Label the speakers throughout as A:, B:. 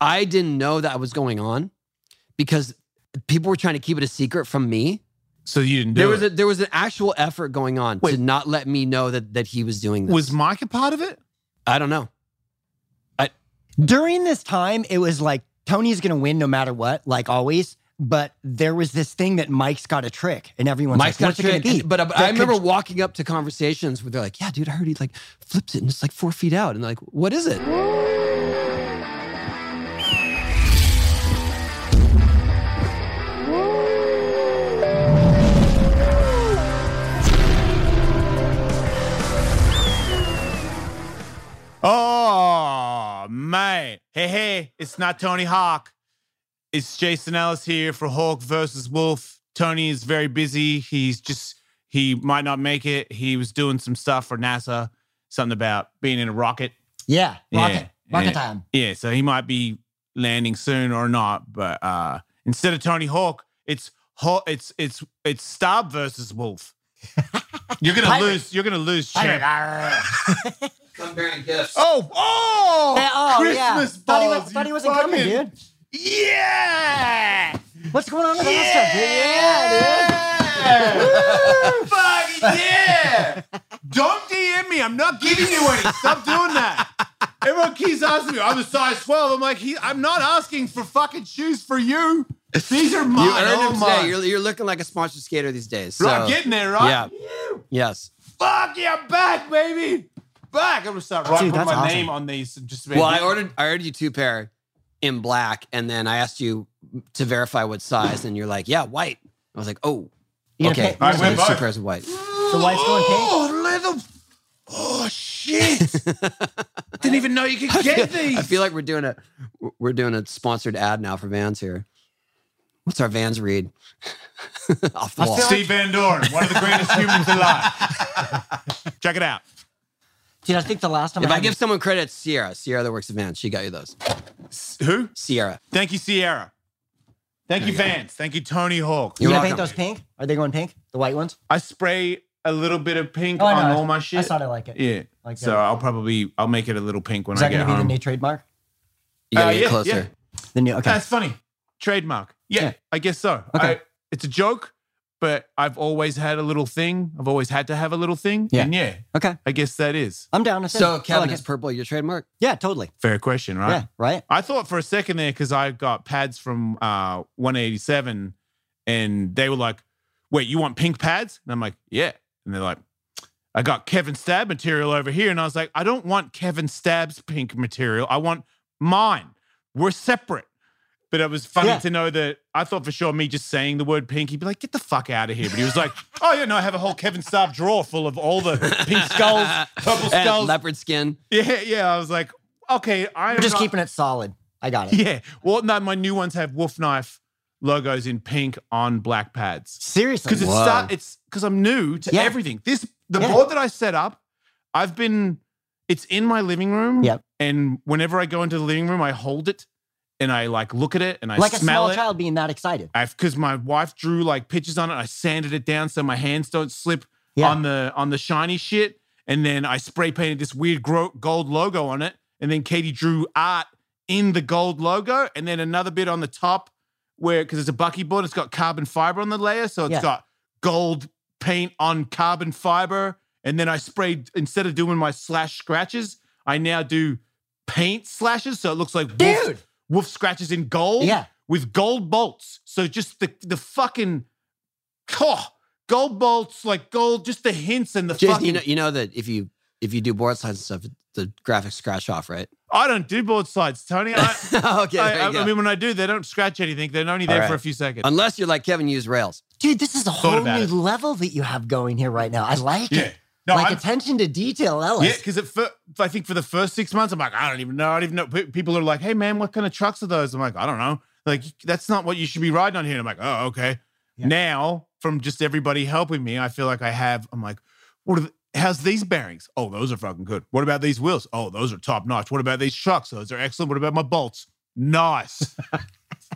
A: I didn't know that was going on because people were trying to keep it a secret from me.
B: So you didn't do
A: There was
B: it.
A: a, there was an actual effort going on
B: Wait.
A: to not let me know that that he was doing this.
B: was Mike a part of it?
A: I don't know.
C: During this time, it was like Tony's going to win no matter what, like always. But there was this thing that Mike's got a trick, and everyone's
A: Mike's
C: like,
A: got
C: "What's
A: a
C: it going
A: chicken.
C: to be?"
A: But I,
C: That
A: I
C: could-
A: remember walking up to conversations where they're like, "Yeah, dude, I heard he like flips it and it's like four feet out." And like, what is it?
B: Oh, mate. Hey, hey, it's not Tony Hawk. It's Jason Ellis here for Hulk versus Wolf. Tony is very busy. He's just, he might not make it. He was doing some stuff for NASA, something about being in a rocket.
C: yeah, rocket,
B: Yeah,
C: rocket
B: yeah.
C: time.
B: Yeah, so he might be landing soon or not. But uh instead of Tony Hawk, it's Haw- it's it's it's Stab versus Wolf. You're gonna
C: Pirate.
B: lose. You're gonna lose.
C: I
B: Champ.
C: don't-
A: I'm bearing gifts.
B: Oh, oh,
C: Yeah, oh, yeah.
B: Christmas
C: Thought he wa-
B: balls.
C: thought
B: you
C: he wasn't coming,
B: fucking- Yeah.
C: What's going on with all this stuff, dude? Yeah, dude.
B: Yeah. Fuck yeah. Don't DM me. I'm not giving you any. Stop doing that. Everyone keeps asking me, I'm a size 12. I'm like, he, I'm not asking for fucking shoes for you. These are mine.
A: You earned
B: all
C: oh
A: him
B: mine.
A: today. You're, you're looking like a sponsored skater these days. So.
B: Right, I'm getting there, right?
A: Yeah. Yes.
B: Fuck yeah, I'm back, baby. Back. I'm gonna start writing
C: Dude,
B: my
C: that's awesome.
B: name on these. and Just
A: Well, I ordered I ordered you two pair in black, and then I asked you to verify what size, and you're like, "Yeah, white." I was like, "Oh,
C: You
A: okay."
C: okay.
B: All right,
A: So
B: we're
A: there's two
B: both.
A: pairs of white.
C: So why it's going pink?
B: Oh, little. Oh shit! Didn't even know you could get these.
A: I feel like we're doing a we're doing a sponsored ad now for Vans here. What's our Vans read? Off the
C: I
A: wall.
C: feel
B: Steve Van Dorn, one of the greatest humans alive. Check it out.
C: Dude, I think the last time
A: if I
C: I, had-
A: give someone credit, it's Sierra, Sierra that works at Vans, she got you those.
B: Who?
A: Sierra,
B: Thank you, Sierra. Thank you, Vance. Thank you, Tony Hawk.
C: you
A: You're
C: gonna paint
A: welcome.
C: those pink? Are they going pink? The white ones?
B: I spray a little bit of pink
C: Oh, I know.
B: on all my shit.
C: I sort of like it.
B: Yeah.
C: Like
B: so
C: that.
B: I'll probably I'll make it a little pink when
C: Is
B: I
C: that
B: get
C: gonna be the
B: home.
C: new trademark?
A: you gotta
B: Uh,
A: get
B: yeah,
A: closer.
B: yeah.
C: The new okay.
B: That's funny. Trademark. Yeah,
C: Yeah.
B: I guess so.
C: Okay.
B: I- it's a joke, but I've always had a little thing. I've always had to have a little thing.
C: Yeah.
B: And yeah,
C: Okay.
B: I guess that is.
C: I'm down. It's in. I
A: So
C: like
A: Kevin,
C: it.
A: is purple your trademark?
C: yeah, totally.
B: Fair question, right?
C: Yeah, right.
B: I thought for a second there because I got pads from uh, 187 and they were like, wait, you want pink pads? And I'm like, yeah. And they're like, I got Kevin Stab material over here. And I was like, I don't want Kevin Stab's pink material. I want mine. We're separate. But it was funny
C: Yeah.
B: to know that I thought for sure me just saying the word pink, he'd be like, get the fuck out of here. But he was like, oh, yeah, no, I have a whole Kevin Stab drawer full of all the pink skulls, purple
A: And
B: skulls.
A: leopard skin.
B: yeah, yeah. I was like, okay, I'm
C: We're just
B: not-
C: keeping it solid. I got it.
B: yeah. Well, no, my new ones have Wolf Knife logos in pink on black pads
C: Seriously.
B: because it's
A: Wow.
B: start, it's because I'm new to
C: Yeah.
B: everything. This the
C: Yeah.
B: board that I set up, I've been it's in my living room.
C: Yep.
B: And whenever I go into the living room, I hold it and I like look at it and I
C: like a
B: smell
C: small
B: it.
C: child being that excited.
B: I've because my wife drew like pictures on it. I sanded it down so my hands don't slip
C: Yeah.
B: on the on the shiny shit. And then I spray painted this weird gro- gold logo on it. And then Katie drew art in the gold logo. And then another bit on the top where because it's a bucky board, it's got carbon fiber on the layer, so it's
C: Yeah.
B: got gold paint on carbon fiber. And then I sprayed instead of doing my slash scratches, I now do paint slashes, so it looks like
C: Dude.
B: wolf, wolf scratches in gold
C: Yeah.
B: with gold bolts. So just the the fucking oh, gold bolts, like gold, just the hints and the
A: Jason,
B: fucking.
A: you know, you know that if you if you do board slides and stuff, the graphics scratch off, right?
B: I don't do board slides, Tony. I,
A: okay.
B: I,
A: there you
B: I- I
A: go.
B: mean, when I do, they don't scratch anything. They're only there
A: All
B: for a
A: right. Um,
B: few seconds.
A: Unless you're like Kevin, you use Rails.
C: Dude, this is a whole
B: about
C: new
B: it.
C: level that you have going here right now. I like
B: yeah,
C: it.
B: no,
C: like
B: I'm,
C: attention to detail, Ellis.
B: yeah, because I think for the first six months, I'm like, I don't even know. I don't even know. Pe- People are like, hey man, what kind of trucks are those? I'm like, I don't know. Like that's not what you should be riding on here. And I'm like, oh okay.
C: Yeah.
B: Now from just everybody helping me, I feel like I have. I'm like, what are the, how's these bearings? Oh, those are fucking good. What about these wheels? Oh, those are top notch. What about these trucks? Those are excellent. What about my bolts? Nice.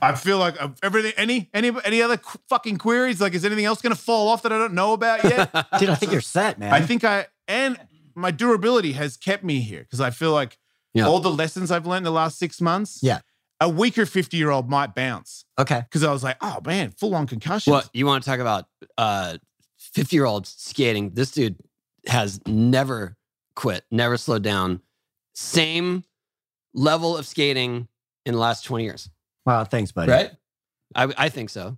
B: I feel like I've- everything. Any any any other qu- fucking queries? Like, is anything else going to fall off that I don't know about yet?
C: Dude, I think you're set, man.
B: I think I and my durability has kept me here because I feel like
A: Yeah.
B: all the lessons I've learned in the last six months
C: Yeah.
B: a weaker 50 year old might bounce
C: Okay.
B: because I was like, oh man, full on concussions.
A: Well, you want to talk about uh 50 year olds skating. This dude has never quit, never slowed down. Same level of skating in the last 20 years.
C: Wow. Thanks, buddy.
A: Right? I I think so.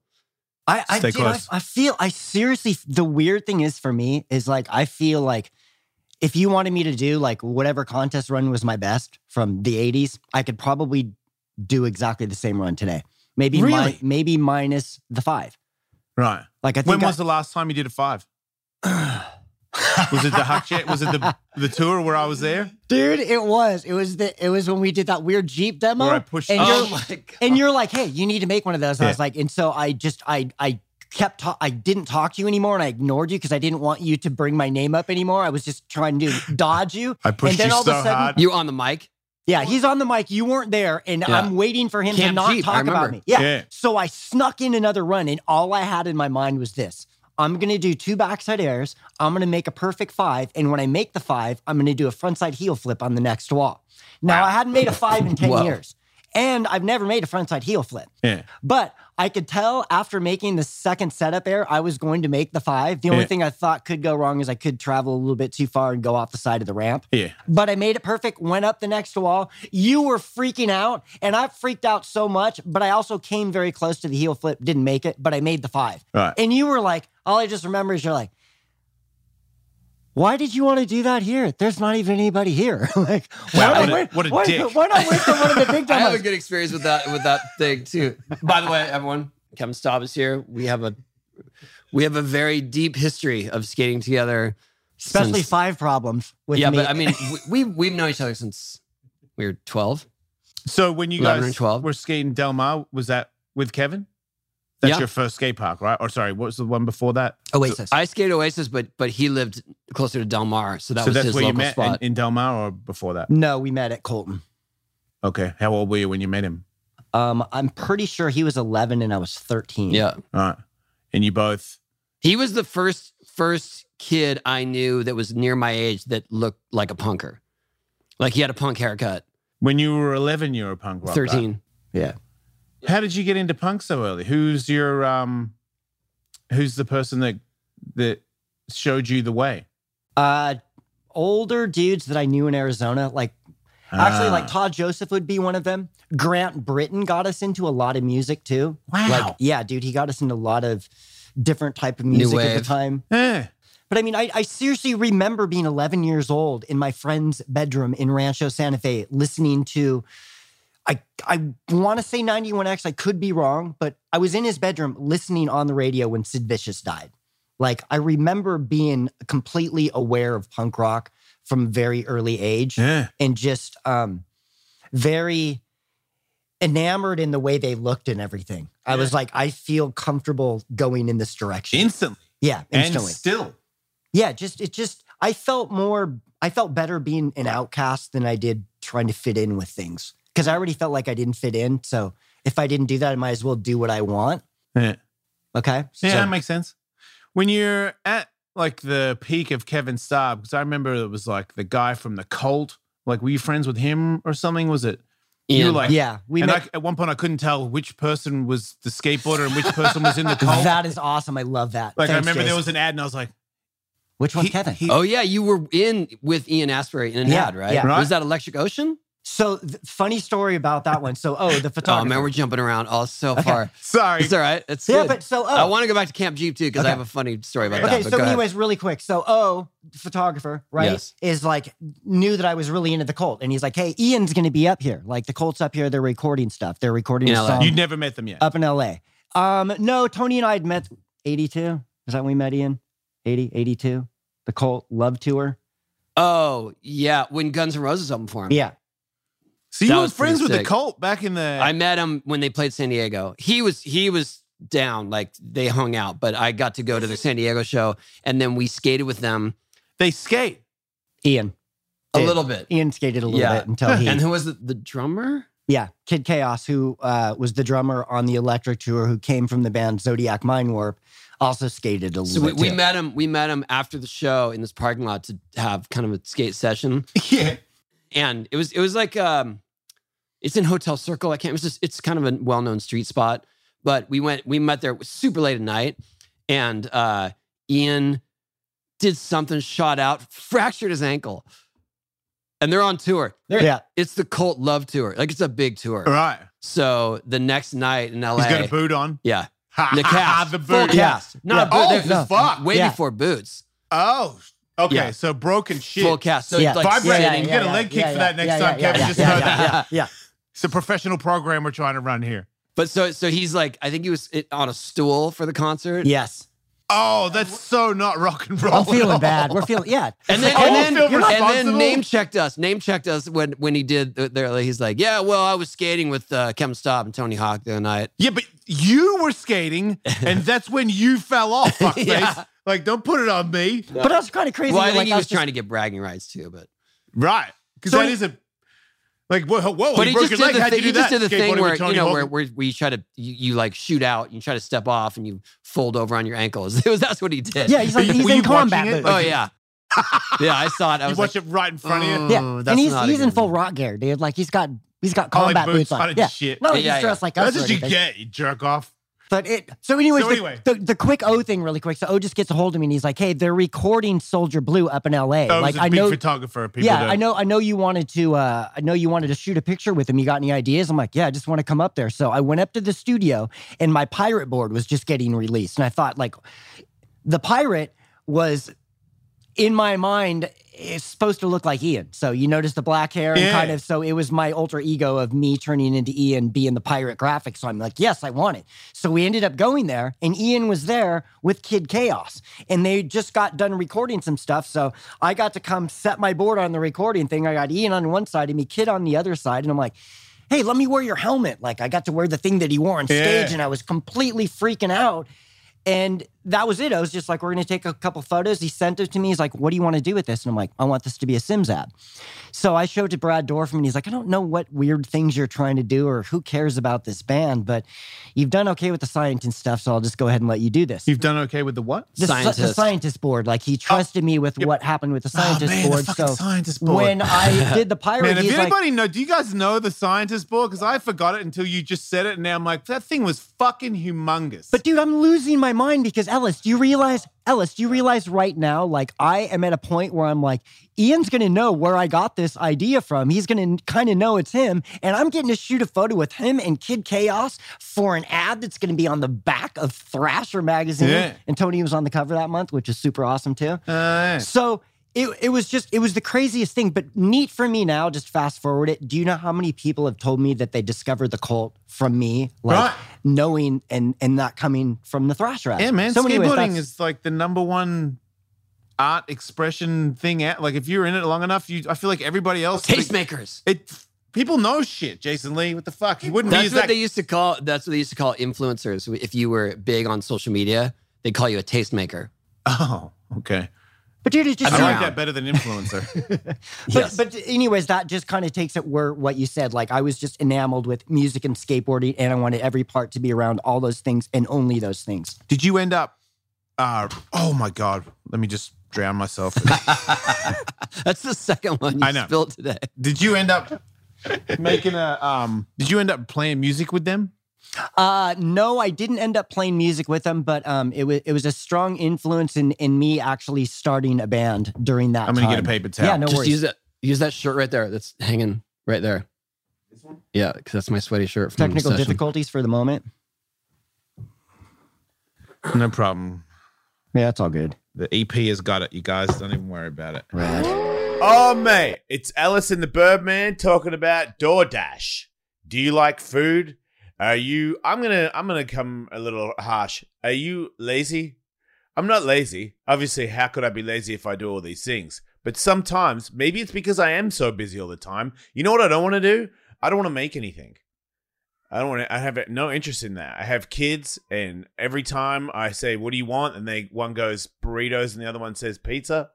C: I, I,
B: Stay
C: dude, I,
B: close.
C: I feel, I seriously, the weird thing is for me is like, I feel like if you wanted me to do like whatever contest run was my best from the 80s, I could probably do exactly the same run today. Maybe, mi-
B: Really?
C: maybe minus the five.
B: Right.
C: Like, I think
B: When
C: I-
B: was the last time you did a five? was it the hot shit? Was it the the tour where I was there?
C: dude, it was, it was the, it was when we did that weird Jeep demo.
B: Where I pushed-
C: and
B: Oh
C: you're-
A: my god.
C: and you're like, hey, you need to make one of those. And I
B: Yeah.
C: was like, and so I just, I, I kept, ta- I didn't talk to you anymore, and I ignored you because I didn't want you to bring my name up anymore. I was just trying to dodge you.
B: I pushed
C: And then
B: you
C: all of a
B: so
C: sudden-
B: hard.
A: You on the mic?
C: Yeah, he's on the mic. You weren't there, and
A: Yeah.
C: I'm waiting for him to
A: Camp
C: not
A: Jeep, I
C: talk about
A: remember.
C: me. Yeah.
B: Yeah.
C: So I snuck in another run, and all I had in my mind was this. I'm gonna do two backside airs. I'm gonna make a perfect five, and when I make the five, I'm gonna do a frontside heel flip on the next wall. Now I hadn't made a five in ten
A: Whoa.
C: years, and I've never made a frontside heel flip.
B: yeah.
C: But I could tell after making the second setup error, I was going to make the five. The only
B: Yeah.
C: thing I thought could go wrong is I could travel a little bit too far and go off the side of the ramp.
B: Yeah.
C: But I made it perfect, went up the next wall. You were freaking out, and I freaked out so much, but I also came very close to the heel flip, didn't make it, but I made the five.
B: Right.
C: And you were like, all I just remember is you're like, why did you want to do that here? There's not even anybody here. like,
B: Wow,
C: why
B: what
C: not
B: a-
C: wait-
B: what a
C: why-
B: dick.
C: Why not wait for one of the big
A: I have a
C: demos?
A: good experience with that with that thing too. By the way, everyone, Kevin Staub is here. We have a we have a very deep history of skating together.
C: Especially
A: since-
C: five problems with
A: yeah,
C: me.
A: but I mean, we, we we've known each other since we were twelve.
B: So when you
A: 11 and
B: guys
A: 12.
B: were skating Del Mar, was that with Kevin? That's
A: Yeah.
B: your first skate park, right? Or sorry, what was the one before that?
C: Oasis.
A: I skated Oasis, but but he lived closer to Del Mar, so that
B: so
A: was
B: that's
A: his
B: where you
A: local
B: met in,
A: spot.
B: in Del Mar or before that?
C: no, we met at Colton.
B: Okay. How old were you when you met him?
C: Um, I'm pretty sure he was 11 and I was 13.
A: yeah,
B: All right. And you both
A: he was the first first kid I knew that was near my age that looked like a punker. Like he had a punk haircut.
B: when you were eleven, you were a punk rock. right?
A: Thirteen.
B: How did you get into punk so early? Who's your um who's the person that that showed you the way?
C: Uh, older dudes that I knew in Arizona, like actually,
B: Ah.
C: like Todd Joseph would be one of them. Grant Britton got us into a lot of music too.
B: Wow.
C: Like, yeah, dude, he got us into a lot of different type of music at the
A: wave.
C: time.
B: Eh.
C: But I mean, I, I seriously remember being 11 years old in my friend's bedroom in Rancho Santa Fe, listening to, I I want to say 91X. I could be wrong, but I was in his bedroom listening on the radio when Sid Vicious died. Like I remember being completely aware of punk rock from a very early age
B: Yeah.
C: and just um very enamored in the way they looked and everything. I was like, I feel comfortable going in this direction.
B: Instantly.
C: yeah, instantly.
B: And still.
C: Yeah, just it just I felt more I felt better being an outcast than I did trying to fit in with things because I already felt like I didn't fit in. So if I didn't do that, I might as well do what I want.
B: Yeah.
C: Okay.
B: Yeah,
C: So-
B: that makes sense. When you're at like the peak of Kevin Starr, because I remember it was like the guy from the cult. Like, were you friends with him or something? Was it? You were
A: Ian.
B: like,
C: yeah, we
B: and
C: met.
B: I, at one point, I couldn't tell which person was the skateboarder and which person was in the cult.
C: that is awesome. I love that.
B: oh, like, I
C: Thanks,
B: remember there
C: Jason.
B: was an ad, and I was like,
C: which one,
B: he-
C: Kevin?
B: he-
A: Oh yeah, you were in with Ian Asbury in an
C: Yeah,
A: ad, right?
C: yeah.
B: Right.
A: Was that Electric Ocean?
C: so th- funny story about that one. So oh, the
A: Oh
C: photographer.
A: man, we're jumping around all so far.
B: sorry.
A: It's all right. It's
C: yeah,
A: good.
C: but so oh,
A: I want to go back to Camp Jeep too because
C: Okay.
A: I have a funny story about
C: Okay,
A: that. but
C: so
A: go ahead.
C: anyways, really quick. So O, photographer, right,
A: Yes.
C: is like knew that I was really into the Colt, and he's like, "Hey, Ian's gonna be up here. Like the Colt's up here. They're recording stuff. They're recording
A: In
C: a
A: LA.
C: song
B: You'd never met them yet.
C: up in L.A." Um, no, Tony and I had met '82. Is that when we met Ian? 80, 82. The Colt Love Tour.
A: oh yeah, when Guns N' Roses opened for him,
C: Yeah,
B: so you
A: that
B: were
A: was pretty
B: friends with the
A: sick.
B: cult back in the.
A: I met him when they played San Diego. He was he was down, like they hung out, but I got to go to the San Diego show, and then we skated with them
B: they skate.
C: Ian.
A: a
C: Dude.
A: little bit.
C: Ian skated a little
A: Yeah.
C: bit until he.
A: And who was the, the drummer?
C: Yeah, Kid Chaos, who uh, was the drummer on the Electric Tour, who came from the band Zodiac Mind Warp, also skated a little
A: So we,
C: bit.
A: we
C: too.
A: met him. We met him after the show in this parking lot to have kind of a skate session.
B: Yeah.
A: and it was it was like um it- It's in Hotel Circle. I can't. It's just it's kind of a well-known street spot. But we went. We met there it was super late at night, and uh, Ian did something, shot out, fractured his ankle, and they're on tour. They're-
C: Yeah.
A: It's the Cult Love Tour. Like it's a big tour.
D: All right.
A: So the next night in LA,
D: He's got a boot on.
A: yeah,
D: Ha,
A: the
D: ha, ha,
A: cast,
D: the
A: full
D: boot.
A: cast, not
D: Yeah.
A: a boot,
D: Oh,
A: they're-
D: the fuck.
A: way
C: Yeah.
A: before boots,
D: Oh, okay.
A: Yeah.
D: So broken shit.
A: full cast. So
C: Yeah.
A: like
D: Vibrating.
A: sitting-
D: You get a leg kick for that next time, Kevin, just
C: yeah,
A: know
C: yeah,
A: that.
C: Yeah,
D: It's a professional program we're trying to run here.
A: But so so he's like, I think he was it, on a stool for the
C: yeah.
A: concert.
C: Yes.
D: Oh, that's so not rock and roll.
C: I'm
D: at all.
C: feeling bad. We're feeling, yeah. oh,
A: And then,
D: I don't
A: and
D: feel
A: then, and then
D: responsible.
A: name checked us. Name checked us when when he did. th- There, like, he's like, "Yeah, well, I was skating with uh, Kevin Staub and Tony Hawk the other night."
D: Yeah, but you were skating, and that's when you fell off, fuckface.
A: Yeah.
D: Like, don't put it on me.
C: But I was kind of crazy.
A: Well, I
C: that,
A: think
C: like,
A: he
C: I
A: was
C: was just-
A: trying to get bragging rights too, but
D: Right. Because
C: So
D: that
C: he-
D: is a like whoa, whoa
A: but he
D: he broke
A: just
D: your
A: did
D: leg.
A: the
D: How'd
A: thing.
D: you do
A: He just
D: that?
A: did the thing
D: Skateboarding
A: where
D: with
A: you
D: Tony
A: know
D: Hawk?
A: where, where where you try to you, you like shoot out, you try to step off, and you fold over on your ankles. It was that's what he did.
C: Yeah, he's like,
D: Were you-
C: he's
D: were you
C: in
D: watching
C: combat.
D: it?
C: boots.
D: Like,
A: oh yeah, yeah. I saw it. I
D: you
A: was
D: watch
A: like,
D: it right in front of you.
C: Yeah,
A: "Oh, that's
C: and he's
A: not a
C: he's in
A: good
C: full
A: move."
C: rock gear, dude. Like he's got he's got
D: Oh, like
C: combat
D: boots
C: boots
D: on
C: on.
D: and
C: Yeah,
D: shit.
C: no, he's
A: Yeah, yeah.
C: dressed like us.
D: That's
C: or
D: what you
C: anything.
D: get, you jerk off.
C: But it so anyways,
D: So
C: the,
D: anyway.
C: the, the quick O thing really quick. So O just gets a hold of me and he's like, "Hey, they're recording Soldier Blue up in L.A.
D: Oh,
C: like
D: was a
C: I
D: big
C: know,
D: photographer. People
C: yeah,
D: know.
C: I know, I know you wanted to, uh, I know you wanted to shoot a picture with him. You got any ideas? I'm like, yeah, I just want to come up there. So I went up to the studio and my pirate board was just getting released, and I thought like, the pirate was in my mind is supposed to look like Ian. So you notice the black hair and
D: Yeah.
C: kind of so it was my alter ego of me turning into Ian being the pirate graphic. So I'm like, yes, I want it. So we ended up going there and Ian was there with Kid Chaos. And they just got done recording some stuff. So I got to come set my board on the recording thing. I got Ian on one side and me kid on the other side. And I'm like, hey, let me wear your helmet. Like I got to wear the thing that he wore on stage
D: Yeah.
C: and I was completely freaking out. And that was it. I was just like, we're going to take a couple photos. He sent it to me. He's like, what do you want to do with this? And I'm like, I want this to be a Sims app. So I showed it to Brad Dorfman. And he's like, I don't know what weird things you're trying to do or who cares about this band, but you've done okay with the science and stuff. So I'll just go ahead and let you do this.
D: You've done okay with the what?
C: The, sci- the
A: Scientist.
C: scientist board. Like he trusted me with what happened with the scientist
D: Ah, man, the
C: board.
D: fucking
C: so
D: scientist board.
C: when I did the pirate,
D: Man, if
C: he's like,
D: anybody know, do you guys know the scientist board? Because I forgot it until you just said it, and now I'm like, that thing was fucking humongous.
C: But dude, I'm losing my mind because Ellis, do you realize Ellis, do you realize right now like I am at a point where I'm like Ian's going to know where I got this idea from. He's going to kind of know it's him and I'm getting to shoot a photo with him and Kid Chaos for an ad that's going to be on the back of Thrasher magazine.
D: Yeah.
C: And Tony was on the cover that month, which is super awesome too.
D: Uh,
C: So it, it was just it was the craziest thing but neat for me now just fast forward it do you know how many people have told me that they discovered the cult from me like
D: Right.
C: knowing and and not coming from the thrasher app
D: yeah, man,
C: so anyways,
D: skateboarding
C: that's-
D: is like the number one art expression thing. Out like if you're in it long enough, you I feel like everybody else
A: Tastemakers.
D: It people know shit, Jason Lee. What the fuck? You wouldn't
A: That's
D: use
A: what
D: that.
A: they used to call. That's what they used to call influencers. If you were big on social media, they call you a tastemaker.
D: oh, okay.
C: but dude it's just
D: I
A: mean,
C: so-
D: like
A: Around.
D: that better than influencer.
C: But,
A: Yes.
C: but anyways, that just kind of takes it where what you said. Like I was just enamored with music and skateboarding, and I wanted every part to be around all those things and only those things.
D: Did you end up? Uh, oh my god, let me just drown myself.
A: That's the second one you
D: I know.
A: spilled today.
D: did you end up making a? Um, did you end up playing music with them?
C: Uh, no, I didn't end up playing music with them, but um, it was it was a strong influence in in me actually starting a band during that.
D: I'm gonna get a
C: time.
D: paper towel.
C: Yeah, no
A: Just
C: worries.
A: use that. Use that shirt right there. That's hanging right there. Yeah, because that's my sweaty shirt. From
C: Technical
A: session.
C: difficulties for the moment.
D: no problem.
C: Yeah, it's all good.
D: The EP has got it. You guys don't even worry about it.
C: Right.
B: Oh, mate, it's Alice and the Birdman talking about DoorDash. Do you like food? Are you? I'm gonna. I'm gonna come a little harsh. Are you lazy? I'm not lazy. Obviously, how could I be lazy if I do all these things? But sometimes, maybe it's because I am so busy all the time. You know what I don't want to do? I don't want to make anything. I don't want to. I have no interest in that. I have kids, and every time I say, "What do you want?" and they one goes burritos, and the other one says pizza.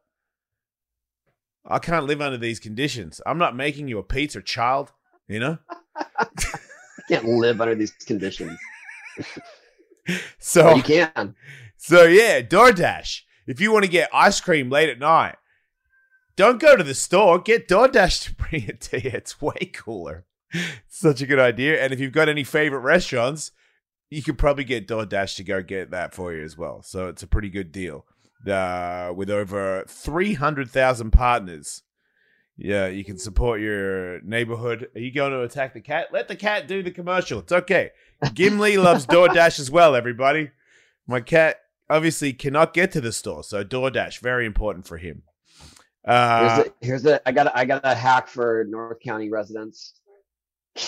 B: I can't live under these conditions. I'm not making you a pizza, child. You know.
E: can't live under these conditions.
B: So Oh.
E: But you can.
B: So yeah, DoorDash. If you want to get ice cream late at night, don't go to the store. Get DoorDash to bring it to you. It's way cooler. Such a good idea. And if you've got any favorite restaurants, you could probably get DoorDash to go get that for you as well. So it's a pretty good deal. Uh, with over 300,000 partners. Yeah, you can support your neighborhood. Are you going to attack the cat? Let the cat do the commercial. It's okay. Gimli loves DoorDash as well, everybody. My cat obviously cannot get to the store, so DoorDash, very important for him. Uh,
E: Here's a, here's a I got a, I got a hack for North County residents.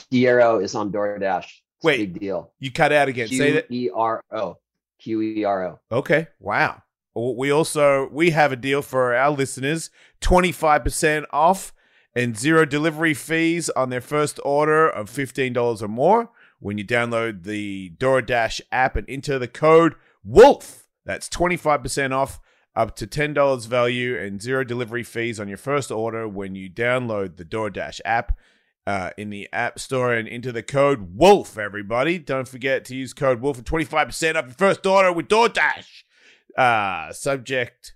E: Quiero is on DoorDash. It's a
B: Wait.
E: big deal.
B: you cut out again. Say
E: Q
B: that.
E: E R O. Q E R O.
B: Okay. Wow. Well, We also we have a deal for our listeners: twenty five percent off and zero delivery fees on their first order of fifteen dollars or more when you download the DoorDash app and enter the code WOLF. That's twenty five percent off, up to ten dollars value, and zero delivery fees on your first order when you download the DoorDash app. Uh, in the app store and enter the code WOLF, everybody. Don't forget to use code WOLF for 25% off your first order with DoorDash uh subject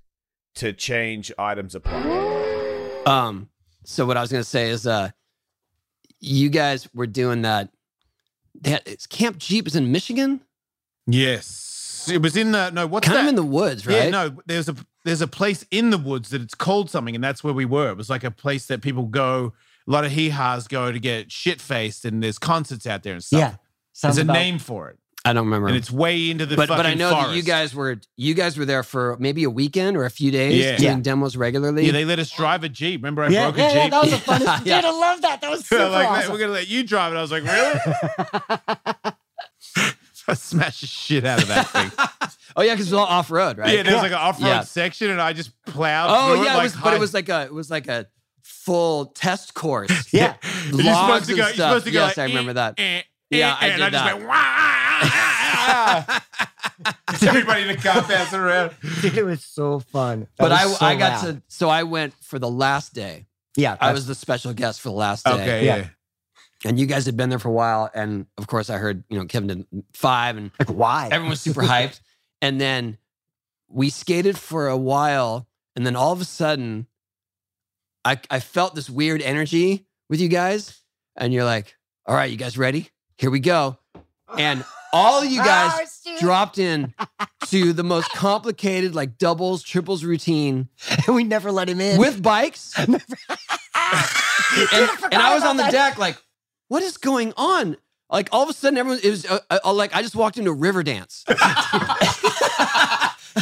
B: to change items apply
A: Um, so what I was gonna say is, uh, you guys were doing that. That it's Camp Jeep is in Michigan,
D: Yes. It was in the no. What's
A: kind
D: that?
A: of in the woods, right?
D: Yeah, no. There's a there's a place in the woods that it's called something, and that's where we were. It was like a place that people go. A lot of hee haws go to get shit faced, and there's concerts out there and stuff.
C: Yeah.
D: there's
C: Sounds
D: a
C: about-
D: name for it,
A: I don't remember.
D: and it's way into the
A: but but I
D: fucking
A: know that you
D: forest.
A: guys were you guys were there for maybe a weekend or a few days
D: Yeah.
A: doing demos regularly.
D: Yeah, they let us drive a jeep. Remember, I
C: Yeah,
D: broke a
C: yeah, yeah,
D: jeep.
C: that was the funnest.
A: Yeah.
C: Dude, I love that. That was
D: They're
C: super
D: like, "Mate,
C: awesome.
D: we're gonna let you drive it. I was like, really? I smashed the shit out of that thing.
A: oh yeah, because it was all off road, right?
D: Yeah, there was like an off-road
A: Yeah.
D: section, and I just plowed.
A: oh yeah,
D: through it, like
A: it was, but
D: high-
A: it was like a it was like a full test course.
C: yeah.
D: You're
A: logs
D: supposed to
A: and
D: go. You're
A: stuff.
D: supposed to go.
A: Yes,
D: like,
A: I remember
D: "Eh,
A: that.
D: eh,
A: Yeah,
D: eh,"
A: I
D: and
A: did
D: I
A: that.
D: just went. ah, Wah! ah, Everybody in the car passing around.
C: Dude, it was so fun. That
A: but I
C: was so
A: I got
C: rad.
A: to so I went for the last day.
C: Yeah.
A: I
C: that's-
A: was the special guest for the last day.
D: Okay,
C: Yeah.
D: yeah.
A: and you guys had been there for a while. And of course, I heard you know Kevin did five, and
C: like, why?
A: everyone was super hyped. And then we skated for a while, and then all of a sudden, I I felt this weird energy with you guys, and you're like, "All right, you guys ready? Here we go!" And all you guys dropped in to the most complicated like doubles, triples routine
C: we never let him in.
A: with bikes. and, and I was on the
C: about
A: deck, like, what is going on? Like, all of a sudden, everyone, it was uh, uh, like, I just walked into a river dance.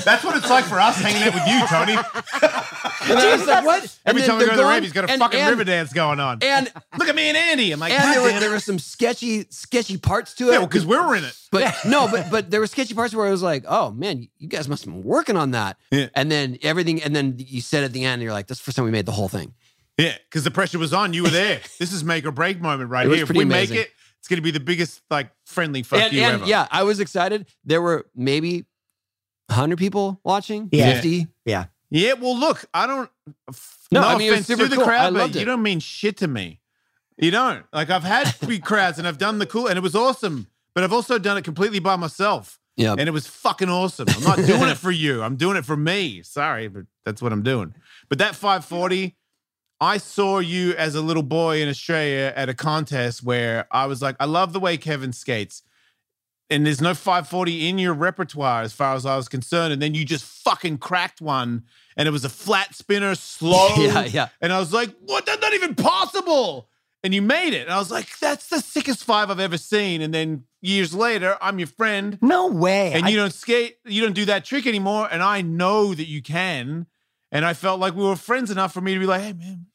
D: That's what it's like for us hanging out with you, Tony.
A: And I was like, what?
D: Every
A: And
D: time we
A: they're
D: go to the
A: going-
D: rave, he's got a
A: and-
D: fucking
A: and-
D: river dance going on.
A: And,
D: Look at me and Andy. I'm like,
A: and there,
D: "God
A: were,
D: damn
A: there
D: it."
A: were some sketchy, sketchy parts to it.
D: yeah, because we were in it.
A: but no, but but there were sketchy parts where I was like, oh man, you guys must have been working on that.
D: Yeah.
A: And then everything, and then you said at the end, you're like, that's the first time we made the whole thing.
D: Yeah, because the pressure was on. You were there. This is make or break moment right
A: It was
D: here. If
A: pretty
D: we
A: amazing.
D: make it, it's going to be the biggest like friendly fuck
A: and,
D: you
A: and,
D: ever.
A: yeah, I was excited. There were maybe 100 people watching,
C: Yeah.
A: 50.
D: Yeah, well, look, I don't. f-
A: No,
D: No,
A: I mean, it was
D: offense
A: super
D: to the
A: cool. I
D: crowd, but
A: loved it.
D: you don't mean shit to me. You don't. Like, I've had big crowds and I've done the cool, and it was awesome. But I've also done it completely by myself,
A: Yeah.
D: and it was fucking awesome. I'm not doing it for you. I'm doing it for me. Sorry, but that's what I'm doing. But that 540, I saw you as a little boy in Australia at a contest where I was like, I love the way Kevin skates. And there's no 540 in your repertoire as far as I was concerned. And then you just fucking cracked one. And it was a flat spinner, slow.
A: Yeah, yeah.
D: And I was like, what? That's not even possible. And you made it. And I was like, that's the sickest five I've ever seen. And then years later, I'm your friend
C: no way.
D: and
C: I-
D: you don't skate, you don't do that trick anymore. And I know that you can. And I felt like we were friends enough for me to be like, hey man,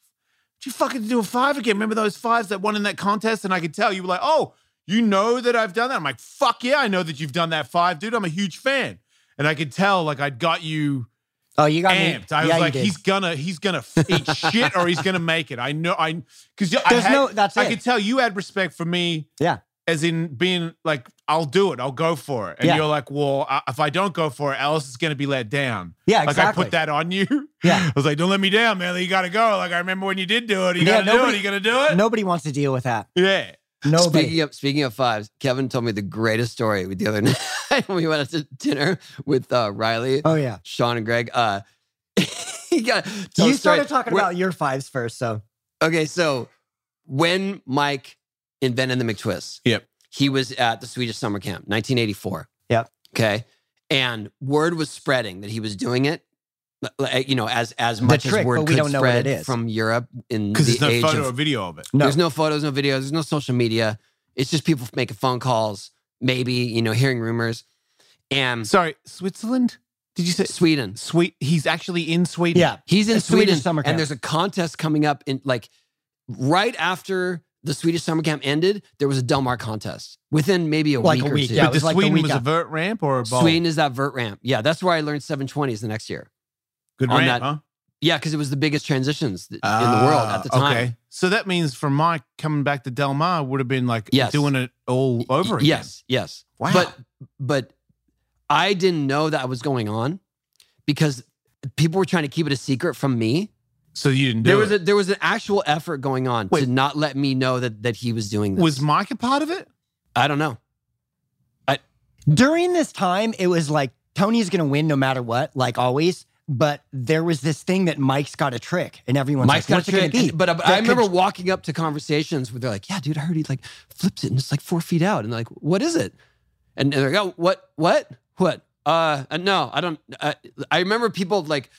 D: did you fucking do a five again? Remember those fives that won in that contest? And I could tell you were like, oh, you know that I've done that. I'm like, fuck yeah, I know that you've done that five, dude. I'm a huge fan. And I could tell like I'd got you
C: oh, you got me.
D: amped. I
C: yeah,
D: was
C: you
D: like,
C: did.
D: he's gonna, he's gonna f- eat shit or he's gonna make it. I know I because I
C: There's
D: had,
C: no. That's
D: I
C: it.
D: could tell you had respect for me.
C: Yeah.
D: As in being like, I'll do it. I'll go for it. And
C: Yeah.
D: you're like, well, I, if I don't go for it, Alice is going to be let down.
C: yeah,
D: Like
C: exactly.
D: I put that on you.
C: Yeah.
D: I was like, don't let me down, man. You got to go. Like I remember when you did do it. You
C: Yeah,
D: got to do it.
C: nobody-
D: You got to do it.
C: Nobody wants to deal with that.
D: Yeah.
C: Nobody.
A: Speaking of speaking of fives, Kevin told me the greatest story the other night. we went out to dinner with uh, Riley,
C: oh yeah.
A: Sean, and Greg. Uh, he got told a story
C: you started talking
A: where-
C: about your fives first, so
A: okay. So when Mike invented the McTwist.
D: Yep.
A: He was at the Swedish summer camp, 1984.
C: Yep.
A: Okay. And word was spreading that he was doing it. like, You know, as as
C: The
A: much as
C: trick,
A: word
C: but we
A: could
C: don't know what
A: spread
C: it is.
A: from Europe in
D: because
A: the
D: there's no
A: age
D: photo
A: of
D: or video of it.
C: No.
A: There's no photos, no videos, there's no social media. It's just people making phone calls, maybe, you know, hearing rumors. And
D: Sorry, Switzerland? Did you say
A: Sweden.
D: sweet? He's actually in Sweden.
C: Yeah.
A: He's in
C: A Swedish
A: Sweden
C: summer
A: and
C: camp.
A: there's a contest coming up in like right after the Swedish summer camp ended, there was a Delmar contest within maybe a
C: Like
A: week
C: a
A: or
C: week,
A: two.
C: yeah. it
D: But the
C: was like the
D: Sweden
C: week
D: was a
C: after.
D: vert ramp or a bowl?
A: Sweden is that vert ramp. Yeah, that's where I learned 720s the next year.
D: Good
A: on
D: ramp,
A: that-
D: huh?
A: Yeah, because it was the biggest transitions th- in the world at the
D: Ah,
A: time.
D: So that means for Mike coming back to Del Mar would have been like
A: Yes.
D: doing it all over again.
A: Yes, yes.
D: Wow.
A: But but I didn't know that was going on because people were trying to keep it a secret from me.
D: so you didn't do
A: there was
D: it.
A: a, there was an actual effort going on
D: Wait.
A: to not let me know that that he was doing this.
D: was Mike a part of it?
A: I don't know.
C: During this time, it was like Tony's going to win no matter what, like always. But there was this thing that Mike's got a trick, and everyone's
A: Mike's
C: like,
A: got
C: "What's
A: a
C: it
A: trick.
C: going to be?"
A: and- But uh, but
C: That
A: I remember
C: could-
A: walking up to conversations where they're like, "Yeah, dude, I heard he like flips it and it's like four feet out." And they're like, "What is it?" And they're like, "Oh, what? What? What? Uh, uh, no, I don't." Uh, I remember people like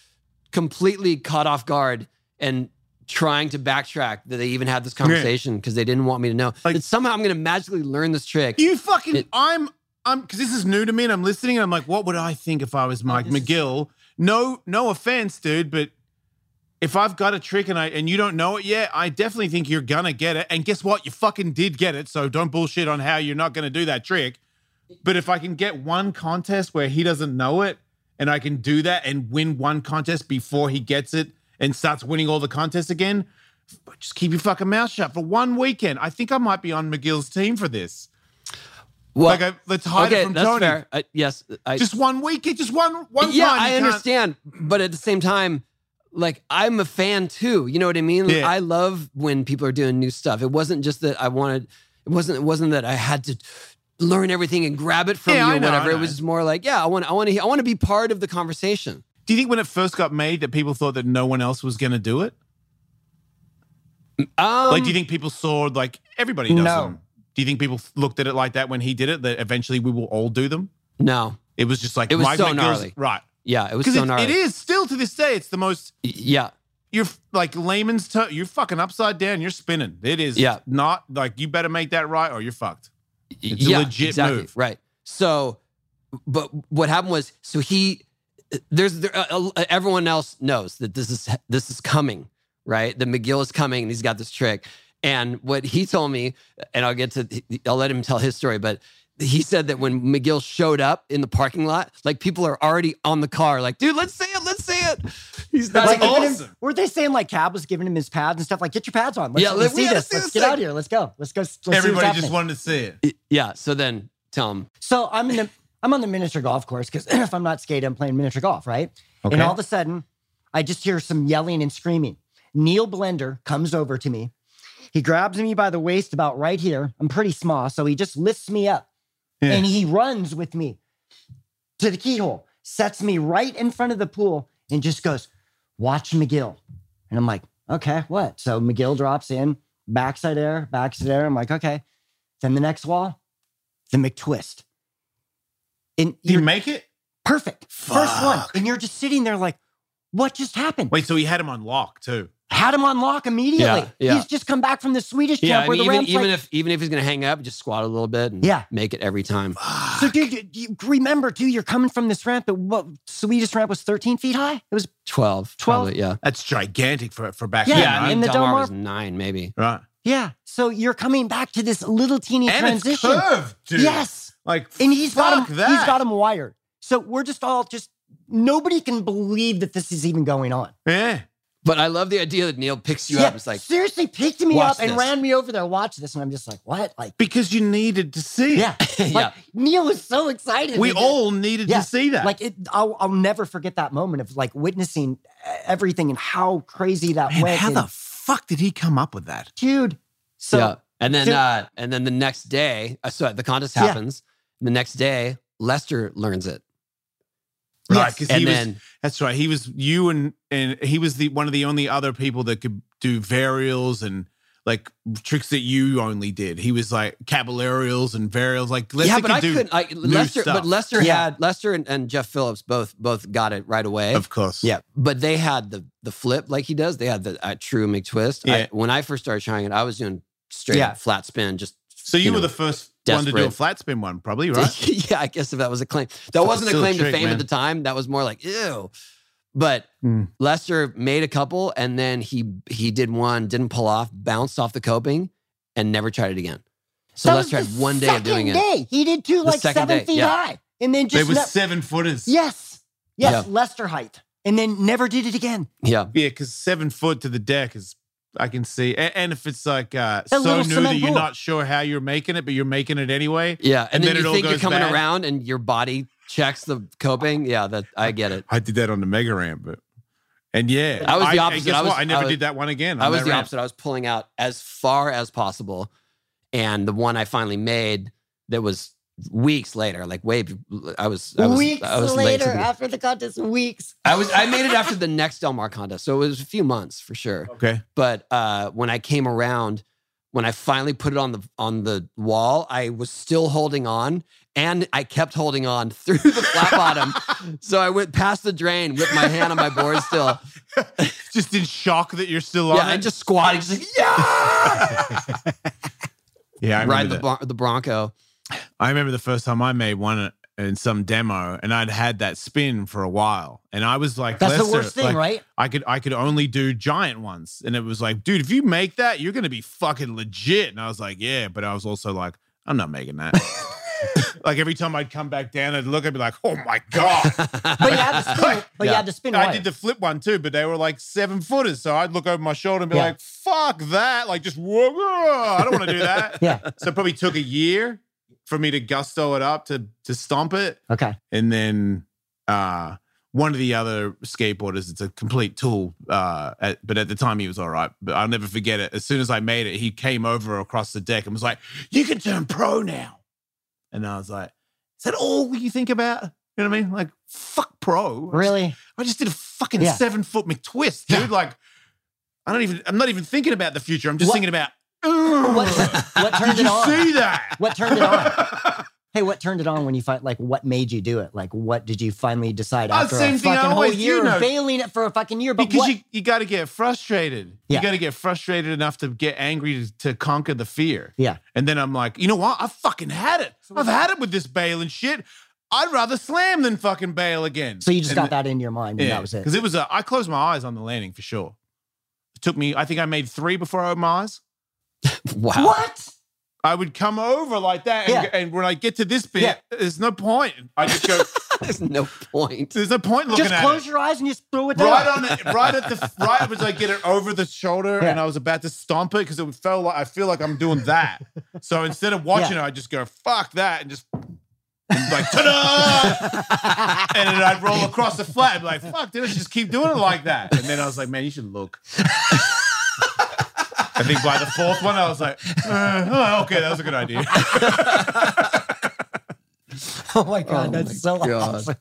A: completely caught off guard and trying to backtrack that they even had this conversation because they didn't want me to know.
D: Like-
A: that somehow I'm going to magically learn this trick.
D: You fucking.
A: It-
D: I'm. I'm because this is new to me, and I'm listening. And I'm like, what would I think if I was Mike
C: this is-
D: McGill? No, no offense, dude, but if I've got a trick and I and you don't know it yet, I definitely think you're gonna get it. And guess what? You fucking did get it. So don't bullshit on how you're not gonna do that trick. But if I can get one contest where he doesn't know it, and I can do that and win one contest before he gets it and starts winning all the contests again, f- just keep your fucking mouth shut for one weekend. I think I might be on McGill's team for this.
A: Well,
D: Like, I, let's hide
A: okay,
D: it from
A: that's
D: Tony.
A: fair. I, yes, I
D: Just one week, it- just one one
A: yeah,
D: time. you
A: I
D: can't-
A: understand, but at the same time, like I'm a fan too. You know what I mean? Like,
D: Yeah.
A: I love when people are doing new stuff. It wasn't just that I wanted. It wasn't. It wasn't that I had to learn everything and grab it from
D: Yeah,
A: you
D: I
A: or
D: know,
A: whatever.
D: I
A: It was
D: know.
A: just more like, yeah, I want. I want to. I want to be part of the conversation.
D: Do you think when it first got made that people thought that no one else was going to do it?
A: Um,
D: like, do you think people saw like everybody does
C: No.
D: them? Do you think people looked at it like that when he did it? That eventually we will all do them.
A: no.
D: It was just like
A: It was
D: Mike
A: so
D: McGill's-
A: gnarly.
D: right?
A: Yeah, it was
D: Because
A: so
D: it,
A: gnarly.
D: it is still to this day. It's the most
A: Yeah,
D: you're f- like layman's toe. You're fucking upside down. You're spinning. It is
A: Yeah.
D: not like you better make that right or you're fucked. It's a
A: yeah,
D: legit
A: exactly.
D: move.
A: Right. So, but what happened was, so he, there's there, uh, uh, everyone else knows that this is this is coming, right? That McGill is coming, and he's got this trick. And what he told me, and I'll get to, I'll let him tell his story, but he said that when McGill showed up in the parking lot, like people are already on the car, like, dude, let's see it, let's see it. He's not
C: Like, oh.
D: That's
C: giving
D: awesome.
C: him, weren't they saying like Cab was giving him his pads and stuff? Like, get your pads on. Let's,
A: Yeah,
C: let's
A: we
C: see
A: gotta
C: this.
A: see
C: let's
A: this
C: get
A: thing.
C: out of here. Let's go. Let's go. Let's see what's
D: Everybody
C: happening.
D: just wanted to see it.
A: yeah. So then tell him,
C: So I'm in the I'm on the miniature golf course because if I'm not skating, I'm playing miniature golf, right?
D: Okay.
C: And all of a sudden, I just hear some yelling and screaming. Neil Blender comes over to me. He grabs me by the waist about right here. I'm pretty small, so he just lifts me up
D: Yeah.
C: and he runs with me to the keyhole, sets me right in front of the pool, and just goes, "Watch McGill." And I'm like, "Okay, what?" So McGill drops in, backside air, backside air. I'm like, "Okay." Then the next wall, the McTwist. And
D: Did he
C: you're
D: make it?
C: perfect. First one.
D: Fuck.
C: And you're just sitting there like, what just happened?
D: Wait, so he had him on lock too.
C: Had him on lock immediately.
A: Yeah, yeah.
C: He's just come back from the Swedish
A: yeah,
C: camp
A: I
C: where
A: mean,
C: the
A: even,
C: Rams
A: even
C: like,
A: if even if he's gonna hang up, just squat a little bit and
C: Yeah.
A: make it every time.
C: so dude, you, you remember too, you're coming from this ramp that what Swedish ramp was 13 feet high? It was
A: 12.
C: 12?
A: probably, yeah.
D: That's gigantic for for back
C: Yeah,
D: then,
A: Yeah, I
D: right?
A: mean,
C: in the
A: Delmar
C: Delmar-
A: was nine, maybe.
D: right.
C: yeah. So you're coming back to this little teeny
D: And
C: transition.
D: it's curved, dude.
C: Yes.
D: Like,
C: And he's got
D: fuck
C: him
D: that.
C: he's got him wired. So we're just all just nobody can believe that this is even going on.
D: Yeah.
A: But I love the idea that Neil picks you up. It's like,
C: seriously picked me
A: watch
C: up and
A: this.
C: ran me over there. Watch this, and I'm just like, what? Like,
D: Because you needed to see it.
C: yeah, like,
A: yeah,
C: Neil was so excited.
D: We
C: And-
D: all needed
C: Yeah.
D: to see that.
C: like it. I'll, I'll never forget that moment of like witnessing everything and how crazy that
D: Man,
C: went.
D: how
C: and,
D: the fuck did he come up with that?
C: dude? So
A: yeah. And then,
C: so-
A: uh, and then the next day, uh, so the contest
C: Yeah.
A: happens. The next day, Lester learns it,
D: Right,
C: yes,
D: 'cause- He
A: and
D: was-
A: then
D: That's right. He was you and and he was the one of the only other people that could do varials and like tricks that you only did. He was like cabalerials and varials. Like Lester
A: yeah, but
D: could
A: I
D: do,
A: couldn't. I, Lester,
D: stuff.
A: but Lester
C: Yeah.
A: had Lester and, and Jeff Phillips both both got it right away.
D: of course.
A: Yeah, but they had the the flip like he does. They had the uh, true McTwist. I,
D: Yeah.
A: when I first started trying it, I was doing straight
C: Yeah.
A: flat spin. Just
D: So you,
A: You
D: were
A: know,
D: the first one to do a
A: desperate.
D: flat spin one, probably, right?
A: yeah, I guess if that was a claim, that wasn't a
D: still a
A: claim
D: trick,
A: to fame
D: man.
A: at the time. That was more like ew. But
D: Hmm.
A: Lester made a couple, and then he he did one, didn't pull off, bounced off the coping, and never tried it again. So
C: That was
A: Lester had
C: the
A: one day of doing
C: second
A: it.
C: day. He did two
A: The
C: like
A: second
C: seven
A: day,
C: feet
A: yeah.
C: high, and then
D: they
C: just
D: were
C: ne-
D: seven footers.
C: yes, yes,
A: Yeah.
C: Lester height, and then never did it again.
A: Yeah,
D: Yeah, because seven foot to the deck is I can see. A- And if it's like uh,
C: A
D: so
C: little
D: new that
C: cement
D: you're
C: pool.
D: not sure how you're making it, but you're making it anyway.
A: yeah. And,
D: And
A: then,
D: then it
A: you
D: all
A: think you're
D: goes
A: coming
D: bad.
A: around, and your body checks the coping. Yeah, that I get it.
D: I did that on the mega ramp, but and yeah,
A: I was the
D: and
A: opposite.
D: guess
A: I was-
D: what? I never
A: I was-
D: did that one again.
A: I
D: on
A: was
D: that
A: the
D: ramp.
A: opposite. I was pulling out as far as possible, and the one I finally made that was weeks later, like way, be- I was, I was
C: weeks
A: I was late to
C: later,
A: the-
C: after the contest, weeks.
A: I was I made it after the next Del Mar contest, so it was a few months for sure.
D: Okay,
A: But uh, when I came around, when I finally put it on the on the wall, I was still holding on, and I kept holding on through the flat bottom. so I went past the drain with my hand on my board still.
D: just in shock that you're still on.
A: Yeah,
D: it.
A: and just squatting, just like yeah,
D: yeah,
A: ride
D: I remember
A: the
D: that.
A: bron- the Bronco.
D: I remember the first time I made one in some demo, and I'd had that spin for a while, and I was like,
C: That's the
D: Lester,
C: worst thing,
D: like,
C: right?
D: I could I could only do giant ones, and it was like, dude, if you make that, you're gonna be fucking legit. And I was like, yeah, but I was also like, I'm not making that. like every time I'd come back down, I'd look, I'd be like, oh my god.
C: But you had to spin. But you
A: Yeah.
C: had to spin.
D: I
C: wide.
D: did the flip one too, but they were like seven footers, so I'd look over my shoulder and be
C: Yeah.
D: like, fuck that, like just whoa, whoa, I don't want to do that.
C: Yeah.
D: So it probably took a year for me to gusto it up to to stomp it.
C: okay.
D: and then uh one of the other skateboarders it's a complete tool uh at, but at the time he was all right but i'll never forget it as soon as i made it he came over across the deck and was like you can turn pro now and i was like is that all you think about you know what i mean like fuck pro
C: Really?
D: i just did a fucking
C: Yeah.
D: seven foot mctwist dude like i don't even i'm not even thinking about the future i'm just
C: What-
D: thinking about
C: What,
D: "Ugh,
C: what turned
D: did
C: it
D: you
C: on?
D: see that
C: What turned it on? Hey, what turned it on when you find like what made you do it? Like what did you finally decide
D: Uh,
C: after
D: same
C: a
D: thing I
C: fucking whole
D: always do
C: year of
D: know.
C: bailing it for a fucking year? But
D: because
C: what?
D: you, you got to get frustrated.
C: Yeah.
D: You got to get frustrated enough to get angry to, to conquer the fear.
C: Yeah.
D: And then I'm like, you know what? I fucking had it. I've had it with this bail and shit. I'd rather slam than fucking bail again.
C: so you just got that into your mind and that was it.
D: Because it was a, I closed my eyes on the landing for sure. It took me, I think I made three before I opened my eyes.
A: Wow.
C: What?
D: I would come over like that. And,
C: Yeah.
D: and when I get to this bit,
C: Yeah.
D: there's no point. I just go,
A: There's no point.
D: there's no point looking
C: Just
D: at it.
C: close your eyes and just throw it down.
D: right on the right at the right was I get it over the shoulder
C: Yeah.
D: and I was about to stomp it because it felt like I feel like I'm doing that. So instead of watching it, I just go fuck that and just and like ta-da, and then I'd roll across the flat. and be like fuck, dude, let's just keep doing it like that. And then I was like, man, you should look. I think by the fourth one, I was like, uh, oh, okay, that was a good idea.
C: oh my god, that's so
A: God.
C: awesome.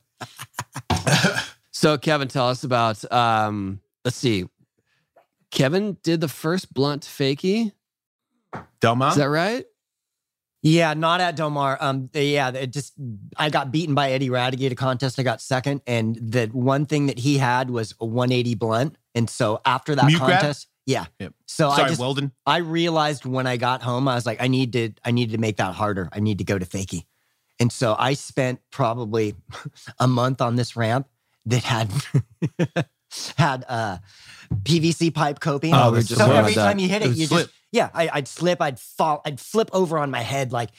A: So Kevin, tell us about um let's see. Kevin did the first blunt fakie.
D: Delma,
A: Is that right?
C: Yeah, not at Delmar. Um, yeah, it just I got beaten by Eddie Radigan at a contest. I got second, and the one thing that he had was a 180 blunt, and so after that
D: Mute grab?
C: contest, yeah.
D: Yep.
C: So I
D: sorry,
C: just
D: Weldon.
C: I realized when I got home, I was like, I need to, I need to make that harder. I need to go to fakie. And so I spent probably a month on this ramp that had had uh PVC pipe coping.
A: Oh, we were just
C: so
A: talking
C: every
A: about that.
C: time you hit it,
D: It was
C: you
D: slip.
C: just yeah, I, I'd slip, I'd fall, I'd flip over on my head, like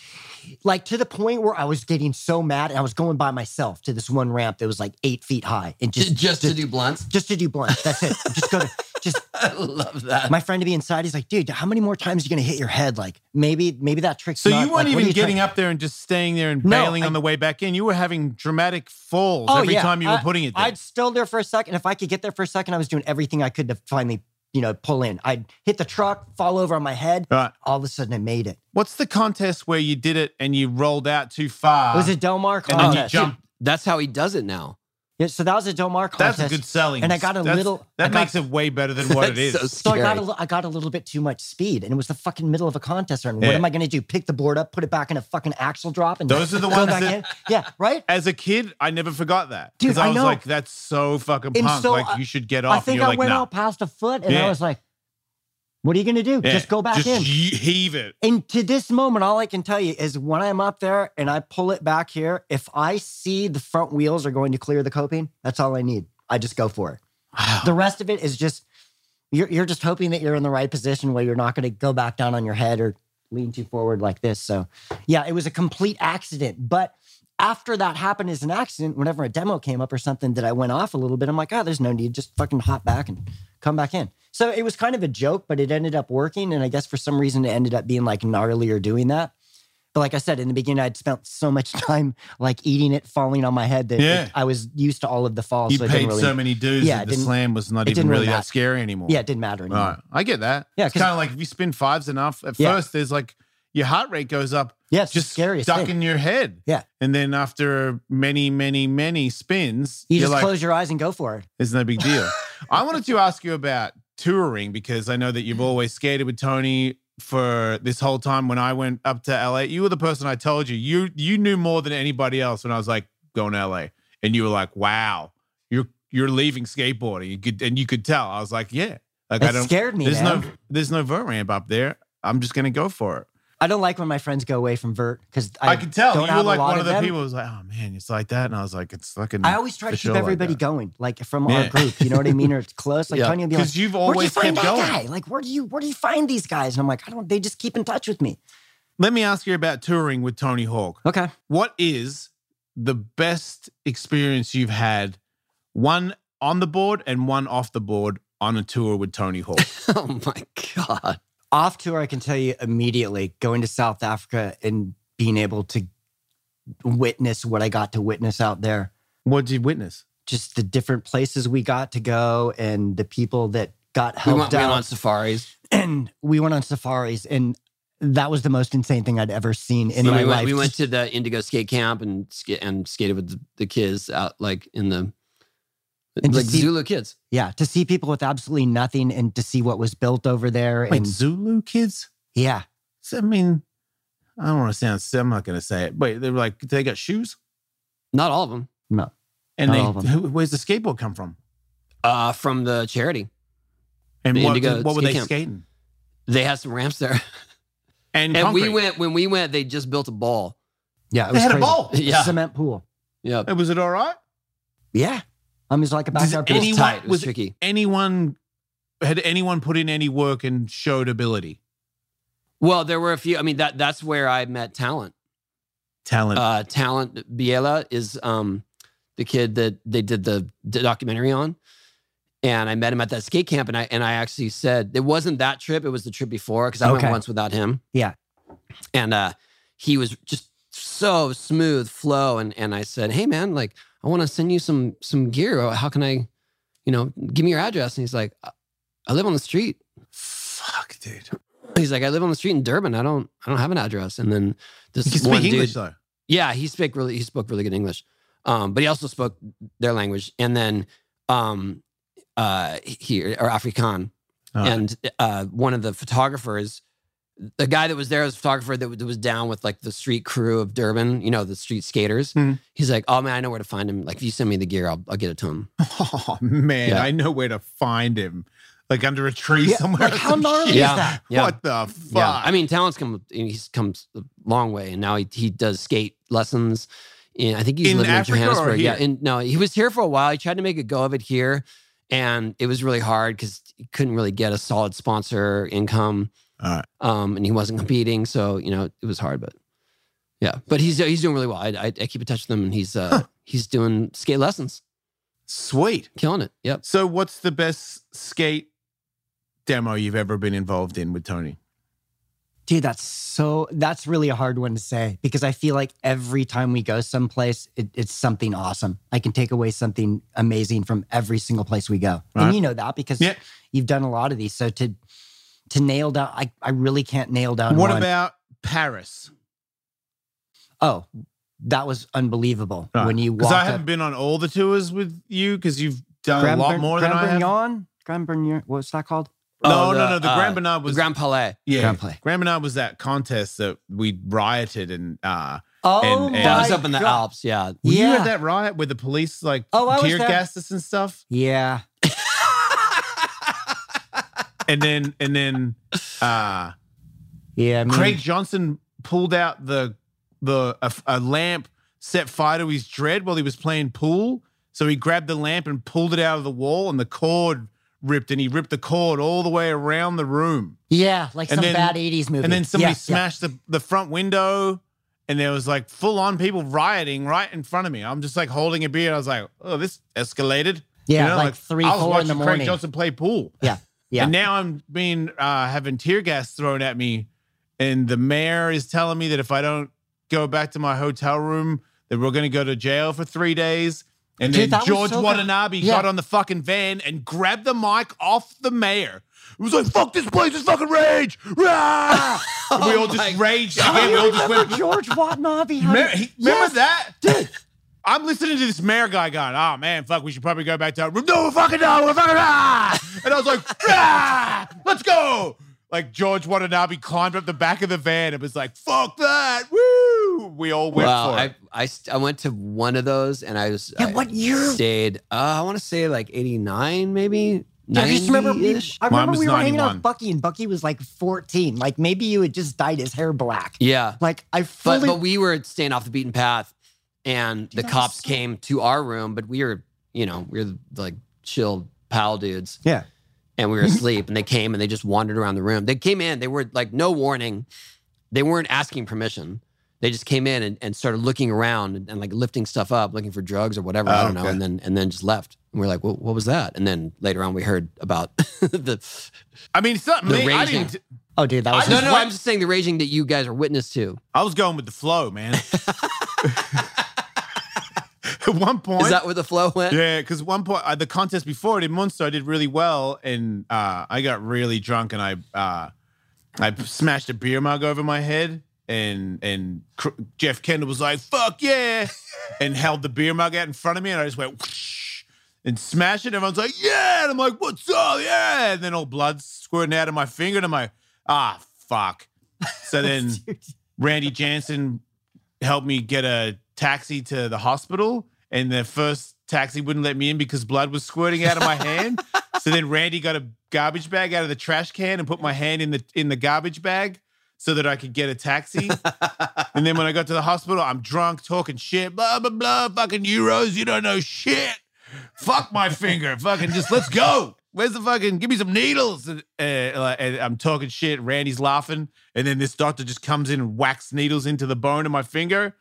C: like to the point where I was getting so mad and I was going by myself to this one ramp that was like eight feet high and just
A: Just, just to do blunts.
C: just to do blunts. That's it. just go to just
A: I love that.
C: my friend to be inside. He's like, dude, how many more times are you gonna hit your head? Like, maybe, maybe that trick's
D: So
C: not-
D: you weren't
C: like, what are
D: even
C: you
D: getting
C: trying-
D: up there and just staying there and
C: No,
D: bailing
C: I-
D: on the way back in. You were having dramatic falls
C: Oh,
D: every
C: yeah.
D: time you were
C: I-
D: putting it there.
C: I'd still there for a second. If I could get there for a second, I was doing everything I could to finally, you know, pull in. I'd hit the truck, fall over on my head.
D: All right.
C: All of a sudden, I made it.
D: What's the contest where you did it and you rolled out too far?
C: It was a Del Mar
D: and then you
C: contest.
D: jump.
A: That's how he does it now.
C: Yeah, so that was a Domar contest.
D: That's a good selling.
C: and I got a
D: That's-
C: little- I
D: That
C: got-
D: makes it way better than what it is.
A: That's so
C: So I
A: scary.
C: got, a, li- I got a little bit too much speed, and it was the fucking middle of a contest run. What
D: Yeah.
C: am I going to do? Pick the board up, put it back in a fucking axle drop, and
D: Those are the
C: go
D: ones
C: back
D: that-
C: in? Yeah, right.
D: As a kid, I never forgot that
C: Dude,
D: because I
C: I
D: was
C: know.
D: like, "That's so fucking
C: And
D: punk.
C: so
D: like
C: I-
D: you should get off."
C: I think I
D: and you're like,
C: went
D: nah.
C: out past a foot, and
D: Yeah.
C: I was like, "What are you going to do?
D: Yeah.
C: Just go back
D: Just
C: in."
D: ye- heave it.
C: And to this moment, all I can tell you is when I'm up there and I pull it back here, if I see the front wheels are going to clear the coping, that's all I need. I just go for it. The rest of it is just you're you're just hoping that you're in the right position where you're not going to go back down on your head or lean too forward like this. So, yeah, it was a complete accident, but after that happened as an accident, whenever a demo came up or something that I went off a little bit, I'm like, oh, there's no need. Just fucking hop back and come back in. So it was kind of a joke, but it ended up working. And I guess for some reason it ended up being like gnarly or doing that. But like I said, in the beginning, I'd spent so much time like eating it, falling on my head that it-
D: Yeah.
C: I was used to all of the falls.
D: You
C: so it
D: paid
C: didn't really,
D: so many dues
C: Yeah,
D: that
C: it
D: the
C: didn't-
D: slam was not
C: it
D: even
C: didn't really
D: really that
C: matter.
D: scary anymore.
C: yeah, it didn't matter anymore.
D: Right. I get that.
C: Yeah,
D: It's
C: 'cause-
D: kind of like if you spin fives enough, at
C: Yeah.
D: first there's like your heart rate goes up,
C: Yeah, it's
D: just
C: just scary.
D: stuck in your head.
C: Yeah.
D: And then after many, many, many spins,
C: You
D: are
C: just
D: like,
C: close your eyes and go for it.
D: it's no big deal. I wanted to ask you about touring because I know that you've always skated with Tony for this whole time when I went up to LA. You were the person I told you. You you knew more than anybody else when I was like going to LA. And you were like, wow, you're you're leaving skateboarding. You could and you could tell. I was like, yeah. Like I
C: It
D: don't
C: scared me.
D: there's
C: man.
D: no there's no vert ramp up there. I'm just gonna go for it.
C: I don't like when my friends go away from vert because
D: I,
C: I,
D: could tell
C: don't
D: you were
C: have a
D: like
C: lot of
D: one of the
C: them.
D: people who was like, oh man, it's like that, and I was like, it's fucking
C: I always try
D: for
C: to
D: sure
C: keep
D: like
C: everybody
D: that.
C: going, like from
D: Yeah.
C: our group. You know what I mean? Or it's close. Like
A: Yeah.
C: Tony will be like,
D: because you've
C: "Where'd you
D: always
C: find
D: kept
C: that
D: going.
C: guy? Like, where do you where do you find these guys?" And I'm like, "I don't. They just keep in touch with me."
D: Let me ask you about touring with Tony Hawk.
C: Okay.
D: What is the best experience you've had, one on the board and one off the board on a tour with Tony Hawk?
A: oh my god.
C: Off tour, I can tell you immediately going to South Africa and being able to witness what I got to witness out there.
D: what did you witness?
C: Just the different places we got to go and the people that got
A: We
C: helped
A: went, we
C: out.
A: went on safaris.
C: and we went on safaris and that was the most insane thing I'd ever seen in
A: And
C: my
A: we, went,
C: life.
A: we went to the Indigo Skate Camp and sk- and skated with the, the kids out like in the
C: And
A: like
C: to see-
A: Zulu kids.
C: yeah, to see people with absolutely nothing and to see what was built over there.
D: Wait,
C: and
D: Zulu kids?
C: yeah,
D: So, I mean, I don't want to sound. I'm not going to say it. Wait, they were like they got shoes,
A: Not all of them.
C: no.
D: and
C: Not all of
D: they who, where's the skateboard come from?
A: Uh, from the charity,
D: And
A: The
D: what,
A: Indigo
D: what were
A: skate
D: they
A: camp.
D: skating?
A: they had some ramps there,
D: And,
A: and we
D: concrete.
A: went when we went. They just built a ball.
C: Yeah, it
D: They
C: was
D: had
C: crazy.
D: a ball.
A: Yeah,
C: Cement pool.
A: yeah.
D: Hey, Was it all right?
C: Yeah. I'm just like a
D: Does
C: backyard
A: It
C: pool.
A: was
D: Anyone-
A: tight. It was,
D: was-
A: tricky.
D: Anyone had anyone put in any work and showed ability,
A: Well, there were a few. I mean, that that's where I met talent.
D: talent?
A: uh, talent Biela is um, the kid that they did the, the documentary on, and I met him at that skate camp, and I and I actually said it wasn't that trip; it was the trip before because I
C: Okay.
A: went once without him.
C: Yeah.
A: and uh, he was just so smooth flow, and and I said, "Hey, man, like I want to send you some some gear. How can I, you know, give me your address?" And he's like, "I- "I live on the street."
D: Fuck, dude.
A: He's like, "I live on the street in Durban. I don't I don't have an address." And then this
D: You can
A: one
D: speak
A: dude,
D: English though.
A: yeah, he spoke really he spoke really good English. Um, but he also spoke their language and then um uh he or Afrikaan.
D: Oh.
A: And uh one of the photographers, the guy that was there was a photographer that, w- that was down with like the street crew of Durban, you know, the street skaters.
D: Mhm.
A: He's like, Oh man, I know where to find him. Like if you send me the gear, I'll I'll get it to him.
D: Oh man,
A: Yeah.
D: I know where to find him. Like under a tree
C: Yeah,
D: somewhere.
C: like,
D: or
C: how
D: some
C: gnarly
D: shit.
C: is Yeah. that?
A: Yeah.
D: What the fuck?
A: Yeah, I mean, talent's come. He's come a long way, and now he he does skate lessons. In, I think he's
D: In
A: living
D: Africa or
A: in Johannesburg. Yeah,
D: here?
A: and no, he was here for a while. He tried to make a go of it here, and it was really hard because he couldn't really get a solid sponsor income.
D: All right.
A: Um, and he wasn't competing, so you know it was hard. But yeah, but he's he's doing really well. I I, I keep in touch with him, and he's uh he's doing skate lessons,
D: Sweet.
A: killing it. Yep.
D: So what's the best skate demo you've ever been involved in with Tony?
C: Dude, that's so that's really a hard one to say because I feel like every time we go someplace, it, it's something awesome. I can take away something amazing from every single place we go.
D: Right.
C: And you know that because
D: Yeah.
C: you've done a lot of these. So to to nail down I, I really can't nail down
D: what
C: one.
D: about Paris?
C: Oh, that was unbelievable
D: Ah,
C: when you
D: Because
C: walked
D: I
C: up.
D: haven't been on all the tours with you because you've done
C: Grand
D: a lot
C: Bern-
D: more than
C: Grand
D: I have. No,
C: Bernier? Grand Bernier, what's that called?
A: Oh,
D: no, no. The
A: uh,
D: Grand Bernard was
A: Grand Palais.
D: yeah.
C: Grand Play.
D: Grand Bernard was that contest that we rioted and uh,
C: Oh,
D: And-
C: my
D: and-
A: That was up in the
C: God.
A: Alps. Yeah.
D: were you at
C: Yeah.
D: that riot where the police like
C: Oh, I was
D: tear
C: there.
D: gassed us and stuff,
C: Yeah.
D: and then and then uh,
C: Yeah. I mean,
D: Craig Johnson pulled out the the a, a lamp set fire to his dread while he was playing pool. So he grabbed the lamp and pulled it out of the wall, and the cord ripped, and he ripped the cord all the way around the room.
C: Yeah, like
D: And
C: some
D: then-
C: bad 80s movie.
D: And then
C: Yeah,
D: somebody
C: yeah.
D: smashed the the front window, and there was like full on people rioting right in front of me. I'm just like holding a beer. I was like, oh, this escalated. You
C: Yeah,
D: know,
C: like, three,
D: I was
C: four in
D: watching
C: the
D: Craig
C: morning.
D: Johnson play pool.
C: Yeah, yeah.
D: And now I'm being uh, having tear gas thrown at me, and the mayor is telling me that if I don't go back to my hotel room, that we're going to go to jail for three days. And
C: Dude, that
D: then
C: was
D: George
C: so good.
D: Watanabe
C: Yeah.
D: got on the fucking van and grabbed the mic off the mayor. It was like, fuck this place, it's fucking rage. Rah! And we all
A: Oh my
D: just raged.
C: How
D: again.
C: do you
D: We all just
C: remember
D: went.
C: George Watanabe? How
D: Remember,
C: did-
D: he- remember
C: Yes.
D: that? Dude. I'm listening to this mayor guy going, oh man, fuck, we should probably go back to our room. No, we're fucking no, we're fucking ah! And I was like, ah, let's go. Like George Watanabe climbed up the back of the van and was like, fuck that, woo! We all went
A: Wow.
D: for
A: I,
D: it.
A: I, st- I went to one of those and I was
C: Yeah,
A: I
C: what year?
A: stayed. Uh, I want to say like 89, maybe.
C: I just remember we,
A: 90-ish.
C: I
D: Mine
C: remember
D: was
C: we were hanging out
D: 91.
C: with Bucky, and Bucky was like 14. Like maybe you had just dyed his hair black.
A: Yeah.
C: Like I
A: But,
C: fully
A: but we were staying off the beaten path and the cops came to our room, but we were, you know, we were like chill pal dudes.
C: Yeah.
A: And we were asleep and they came and they just wandered around the room. They came in, they were like, no warning. They weren't asking permission. They just came in and, and started looking around and, and, like lifting stuff up, looking for drugs or whatever. I
D: Oh,
A: don't know.
D: okay.
A: And then and then just left. And we are like, well, what was that? And then later on we heard about the
D: I mean, it's not
A: The
D: me. I,
A: raging.
D: didn't,
C: Oh, dude, that was
A: No,
D: just
A: no,
D: went-
A: I'm just saying the raging that you guys are witness to.
D: I was going with the flow, man. At one point,
A: Is that where the flow went?
D: Yeah, because one point uh, the contest before it in Munster, I did really well, and uh, I got really drunk, and I uh, I smashed a beer mug over my head, and and Cr- Jeff Kendall was like, "Fuck yeah," and held the beer mug out in front of me, and I just went whoosh and smashed it. Everyone's like, "Yeah," and I'm like, "What's up?" Yeah, and then all blood squirting out of my finger, and I'm like, "Ah, fuck." So then. Randy Jansen helped me get a taxi to the hospital, and the first taxi wouldn't let me in because blood was squirting out of my hand. so then Randy got a garbage bag out of the trash can and put my hand in the in the garbage bag so that I could get a taxi. and then when I got to the hospital, I'm drunk, talking shit, blah blah blah, fucking euros. You don't know shit. Fuck my finger. Fucking just let's go. Where's the fucking? Give me some needles. And, uh, and I'm talking shit. Randy's laughing. And then this doctor just comes in and whacks needles into the bone of my finger.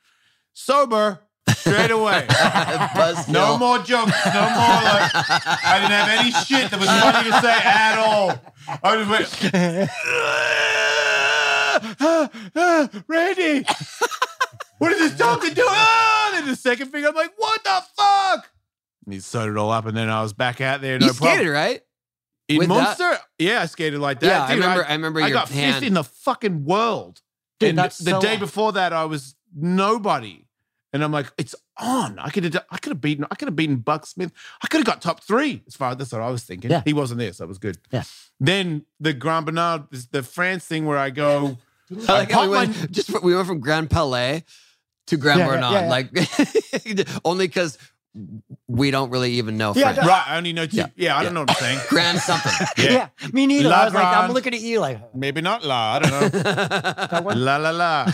D: Sober straight away.
A: Buzzkill.
D: no more jokes. No more like I didn't have any shit that was funny to say at all. I just went "Ah, ah, Randy. What did this doctor do? Ah, and then the second finger, I'm like, what the fuck? And he sewed it all up, and then I was back out there. No
A: you
D: problem.
A: skated, right?
D: In
A: with that?
D: Monster, yeah, I skated like that.
A: yeah, I
D: Dude,
A: remember. I, remember
D: I
A: your
D: got
A: hand.
D: fifth in the fucking world.
C: Dude,
D: and
C: that's
D: the
C: so-
D: day before that, I was nobody. And I'm like, it's on. I could have, I could have beaten, I could have beaten Buck Smith. I could have got top three. As far as that's what I was thinking.
C: Yeah.
D: He wasn't there, so it was good.
C: Yeah.
D: Then the Grand Bernard, is the France thing where I go,
A: I like how we
D: Pop
A: went, just we went from Grand Palais to Grand
C: Yeah, yeah,
A: Bernard,
C: yeah, yeah.
A: like only because we don't really even know
C: Yeah,
A: French.
C: no.
D: right, I only know two.
A: Yeah.
D: Yeah, I don't know what I'm saying.
A: Grand something.
C: yeah. me neither. I was like, I'm
D: Lagrange.
C: looking at you like
D: Maybe not La. I don't know.
C: that one.
D: La la la.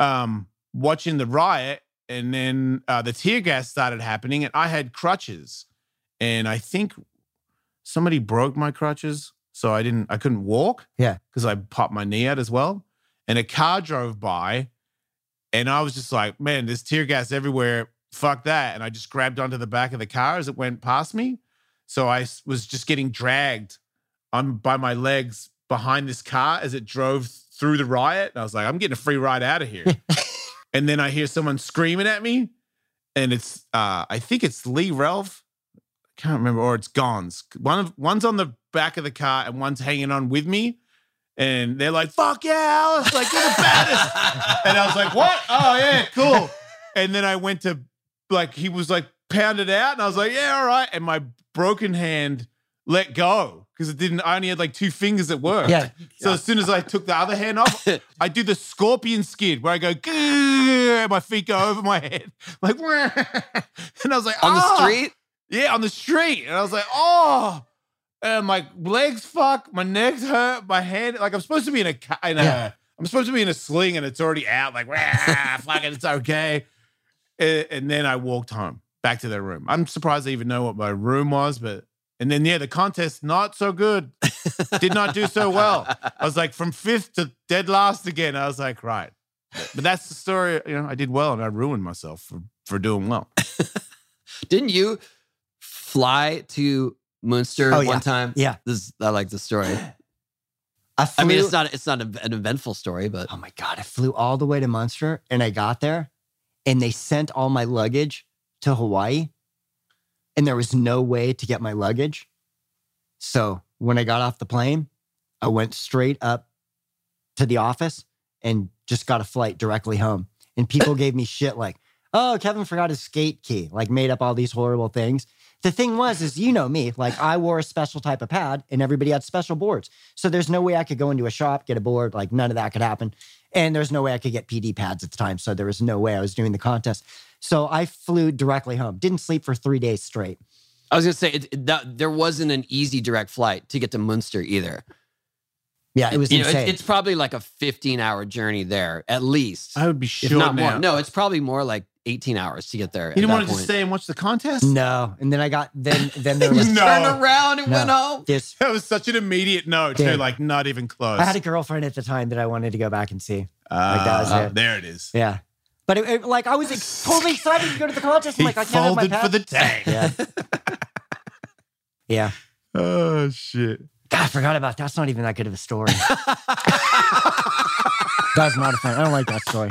D: um, watching the riot, and then uh, the tear gas started happening, and I had crutches, and I think somebody broke my crutches, so I didn't, I couldn't walk.
C: Yeah.
D: because I popped my knee out as well, and a car drove by, and I was just like, man, there's tear gas everywhere. Fuck that! And I just grabbed onto the back of the car as it went past me, so I s- was just getting dragged I'm by my legs behind this car as it drove through the riot. And I was like, I'm getting a free ride out of here. and then I hear someone screaming at me. And it's uh, I think it's Lee Ralph. I can't remember, or it's Gons. One of one's on the back of the car and one's hanging on with me. And they're like, fuck yeah, Alice, like you're the baddest. And I was like, what? Oh, yeah, cool. And then I went to, like, he was like pounded out, and I was like, yeah, all right. And my broken hand let go because it didn't, I only had like two fingers at work.
C: Yeah.
D: So as soon as I took the other hand off, I do the scorpion skid where I go, "Grrr," and my feet go over my head, like, and I was like,
A: on the
D: "Ah."
A: street.
D: Yeah, on the street. And I was like, oh, and my legs fuck, my neck's hurt, my hand, like I'm supposed to be in a, ca- in a
C: Yeah.
D: I'm supposed to be in a sling and it's already out. Like, "Wah, fuck it, it's okay. And, and then I walked home back to their room. I'm surprised they even know what my room was, but, and then, yeah, the contest, not so good. Did not do so well. I was like, from fifth to dead last again. I was like, right. But that's the story. You know, I did well and I ruined myself for, for doing well.
A: Didn't you fly to Munster
C: Oh,
A: one
C: yeah.
A: time?
C: Yeah.
A: This I like the story.
C: I,
A: I
C: flew,
A: mean, it's not it's not an eventful story, but
C: Oh my God. I flew all the way to Munster and I got there and they sent all my luggage to Hawaii and there was no way to get my luggage. So when I got off the plane, I went straight up to the office and just got a flight directly home. And people gave me shit like, oh, Kevin forgot his skate key, like made up all these horrible things. The thing was, is you know me, like I wore a special type of pad and everybody had special boards. So there's no way I could go into a shop, get a board, like none of that could happen. And there's no way I could get PD pads at the time. So there was no way I was doing the contest. So I flew directly home, didn't sleep for three days straight.
A: I was gonna say it, it- that, there wasn't an easy direct flight to get to Munster either.
C: Yeah, it was
A: You know,
C: insane.
A: it's probably like a 15 hour journey there at least,
D: I would be
A: if
D: sure
A: not
D: now.
A: more. No, it's probably more like 18 hours to get there.
D: You
A: at
D: didn't
A: that
D: want to just
A: point.
D: stay and watch the contest?
C: no. And then I got, then, then there was
D: No.
A: Turned around and
C: No.
A: went home.
C: this.
D: That was such an immediate no, too.
C: Dude.
D: Like, not even close.
C: I had a girlfriend at the time that I wanted to go back and see. like, that was
D: Ah,
C: it. Oh
D: There it is.
C: Yeah. But it, it- like I was ex- totally excited to go to the contest.
D: He
C: I'm like, I can't have my
D: folded
C: pad.
D: for the tank.
C: yeah. yeah.
D: Oh, shit.
C: God, I forgot about That's not even that good of a story. That's not a fun. I don't like that story.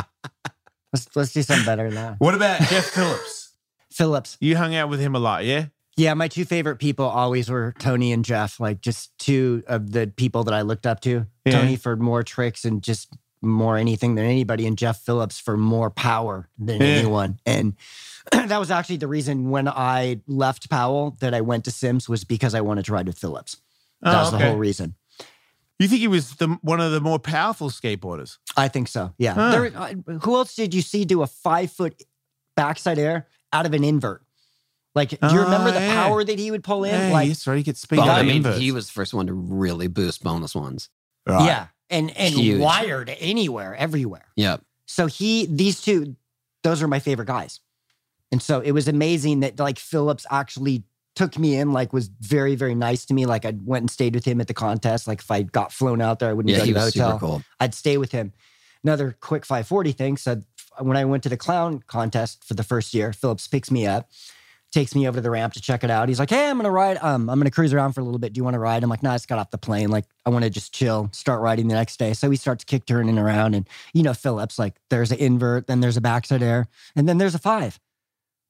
C: Let's let's do something better than that.
D: What about Jeff Phillips?
C: Phillips.
D: You hung out with him a lot, yeah?
C: Yeah, my two favorite people always were Tony and Jeff, like just two of the people that I looked up to.
D: Yeah.
C: Tony for more tricks and just more anything than anybody, and Jeff Phillips for more power than
D: Yeah.
C: anyone. And that was actually the reason when I left Powell that I went to Sims was because I wanted to ride with Phillips.
D: Oh,
C: That was the whole reason.
D: You think he was the, one of the more powerful skateboarders?
C: I think so. Yeah.
D: Huh.
C: There- I- who else did you see do a five foot backside air out of an invert? Like, do you remember
D: Oh,
C: the
D: yeah.
C: power that he would pull in?
D: Hey,
C: like,
D: that's right. He could speed
A: But,
D: out
A: I
D: of
A: mean,
D: inverts.
A: he was the first one to really boost bonus ones.
D: Right.
C: yeah, and and
A: Huge.
C: wired anywhere, everywhere.
A: Yeah.
C: So he, these two, those are my favorite guys. And so it was amazing that like Phillips actually took me in, like was very, very nice to me. Like I went and stayed with him at the contest. Like if I got flown out there, I wouldn't
A: Yeah,
C: go
A: he
C: to the
A: was
C: hotel.
A: super cool.
C: I'd stay with him. Another quick 540 thing. So when I went to the clown contest for the first year, Phillips picks me up, takes me over to the ramp to check it out. He's like, "Hey, I'm gonna ride. Um, I'm gonna cruise around for a little bit. Do you want to ride?" I'm like, "No, I just got off the plane. Like, I want to just chill. Start riding the next day." So he starts kick turning around, and you know, Phillips like, there's an invert, then there's a backside air, and then there's a five.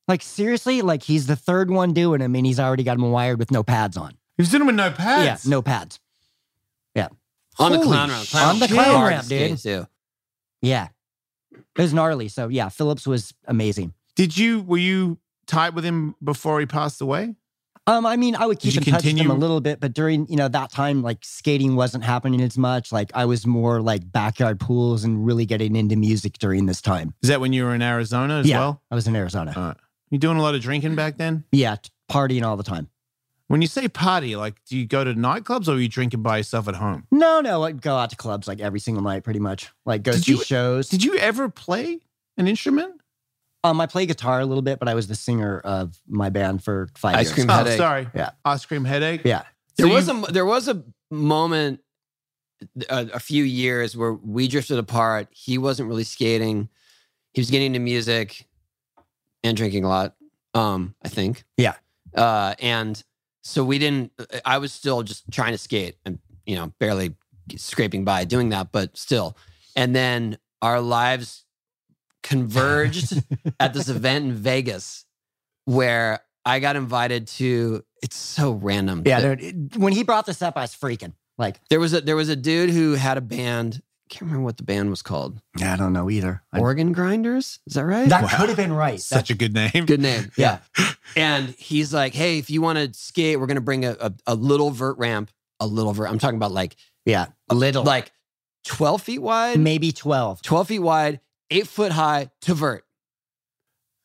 C: Like seriously, like he's the third one doing him, and he's already got him wired with no pads on.
D: He was doing it with no pads.
C: Yeah, no pads.
A: On the
D: Holy
A: clown ramp.
D: shit.
C: On the
A: ramp's
C: clown
A: hard to
C: ramp,
A: skate,
C: dude.
A: too.
C: Yeah, it was gnarly. So yeah, Phillips was amazing.
D: Did you, were you tight with him before he passed away?
C: Um, I mean, I would keep
D: Did you
C: in touch with them a
D: continue-
C: little bit, but during you know that time, like skating wasn't happening as much. Like I was more like backyard pools and really getting into music during this time.
D: Is that when you were in Arizona as
C: Yeah.
D: well?
C: I was in Arizona,
D: Uh, You doing a lot of drinking back then?
C: yeah, t- partying all the time.
D: When you say party, like, do you go to nightclubs or are you drinking by yourself at home?
C: No, no, I'd go out to clubs like every single night, pretty much. Like go
D: Did
C: see
D: you-
C: shows.
D: Did you ever play an instrument?
C: um, I play guitar a little bit, but I was the singer of my band for five
A: Ice
C: years.
A: cream.
D: Oh,
A: Headache.
D: sorry.
C: Yeah.
D: Ice cream headache.
C: Yeah,
A: There
D: So
A: was
D: you-
A: a there was a moment a, a few years where we drifted apart. He wasn't really skating. He was getting into music and drinking a lot. Um, I think.
C: Yeah.
A: Uh, and so we didn't. uh, I was still just trying to skate and you know barely scraping by doing that, but still. And then our lives converged at this event in Vegas where I got invited to. It's so random.
C: yeah.
A: that-
C: dude, it- when he brought this up, I was freaking. Like,
A: There was a there was a dude who had a band. Can't remember what the band was called.
C: I don't know either. I-
A: Organ Grinders. Is that right?
C: that
D: Wow.
C: could have been right.
D: Such a good name.
A: Good name.
C: That- yeah.
A: And he's like, hey, if you want to skate, we're gonna bring a, a, a little vert ramp. A little vert. I'm talking about like
C: Yeah. A little.
A: like 12 feet wide,
C: Maybe 12.
A: 12 feet wide, eight foot high to vert.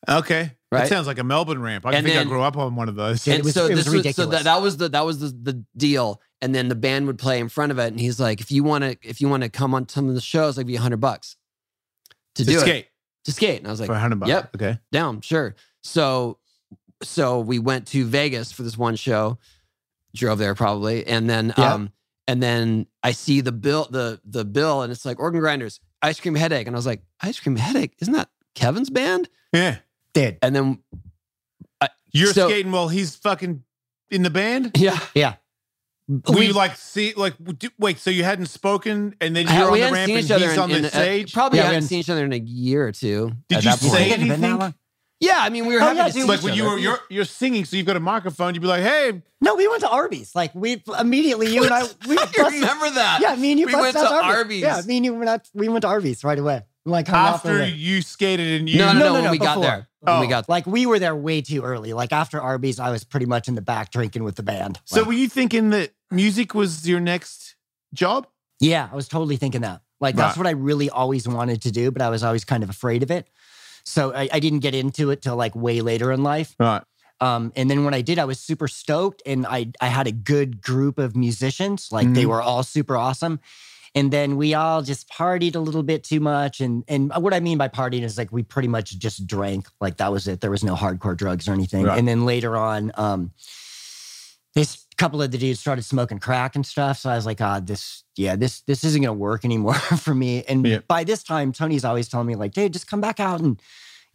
D: Okay.
A: Right.
D: That sounds like a Melbourne ramp. I
A: And
D: think
A: then-
D: I grew up on one of those.
C: Yeah. it was- it was
A: so
C: ridiculous.
A: that, that was the that was the, the deal. And then the band would play in front of it, and he's like, "If you want to, if you want to come on some of the shows, like be a hundred bucks to,
D: To
A: do it
D: skate
A: to skate." And I was like,
D: for a hundred bucks.
A: yep.
D: Okay.
A: down sure so so we went to vegas for this one show drove there probably and then
C: Yeah.
A: um and then i see the bill the the bill and it's like organ grinders ice cream headache and i was like ice cream headache isn't that kevin's band
D: Yeah.
C: Dude.
A: and then
D: You're
A: So-
D: skating while he's fucking in the band.
A: yeah
D: Were
A: We-
D: you like see like do- wait? So you hadn't spoken, and then
A: I-
D: you're on
A: we
D: the
A: hadn't
D: ramp,
A: seen
D: and
A: each
D: he's
A: other in,
D: on the
A: in, uh,
D: stage.
A: probably
C: Yeah, we
A: hadn't
C: hadn't-
A: seen each other in a year or two
D: Did
A: at
D: you
A: that point.
D: say
C: Had it been that
D: anything?
C: long?
A: yeah i mean we were
C: Oh,
A: having
C: yeah,
A: to see
C: dude,
D: Like
A: each
D: when you
A: other.
D: were you're you're singing, so you've got a microphone. You'd be like, "Hey,
C: No, we went to Arby's. Like, we immediately, you and I,
A: you
C: we busted-
A: remember that
C: Yeah, me and you
A: We
C: busted
A: went
C: out
A: to Arby's.
C: Yeah, me and you went out, we went to Arby's right away. Like hung out right
D: after
C: away.
D: you skated and you."
A: no no no,
C: No, no,
A: when
C: no,
A: we got
C: before.
A: there when we
D: Oh.
A: got
C: like we were there way too early. Like after Arby's, I was pretty much in the back drinking with the band.
D: So
C: Like,
D: were you thinking that music was your next job?
C: yeah, I was totally thinking that. Like that's
D: Right.
C: what I really always wanted to do, but I was always kind of afraid of it. So I, I didn't get into it till like way later in life.
D: Right.
C: Um, and then when I did, I was super stoked, and I I had a good group of musicians. Like they
D: Mhm.
C: were all super awesome. And then we all just partied a little bit too much, and and what I mean by partying is like we pretty much just drank. Like that was it. There was no hardcore drugs or anything.
D: Right.
C: And then later on, um, this couple of the dudes started smoking crack and stuff. So I was like, God, this yeah, this this isn't gonna work anymore for me. And
D: Yeah.
C: by this time, Tony's always telling me like, dude, just come back out and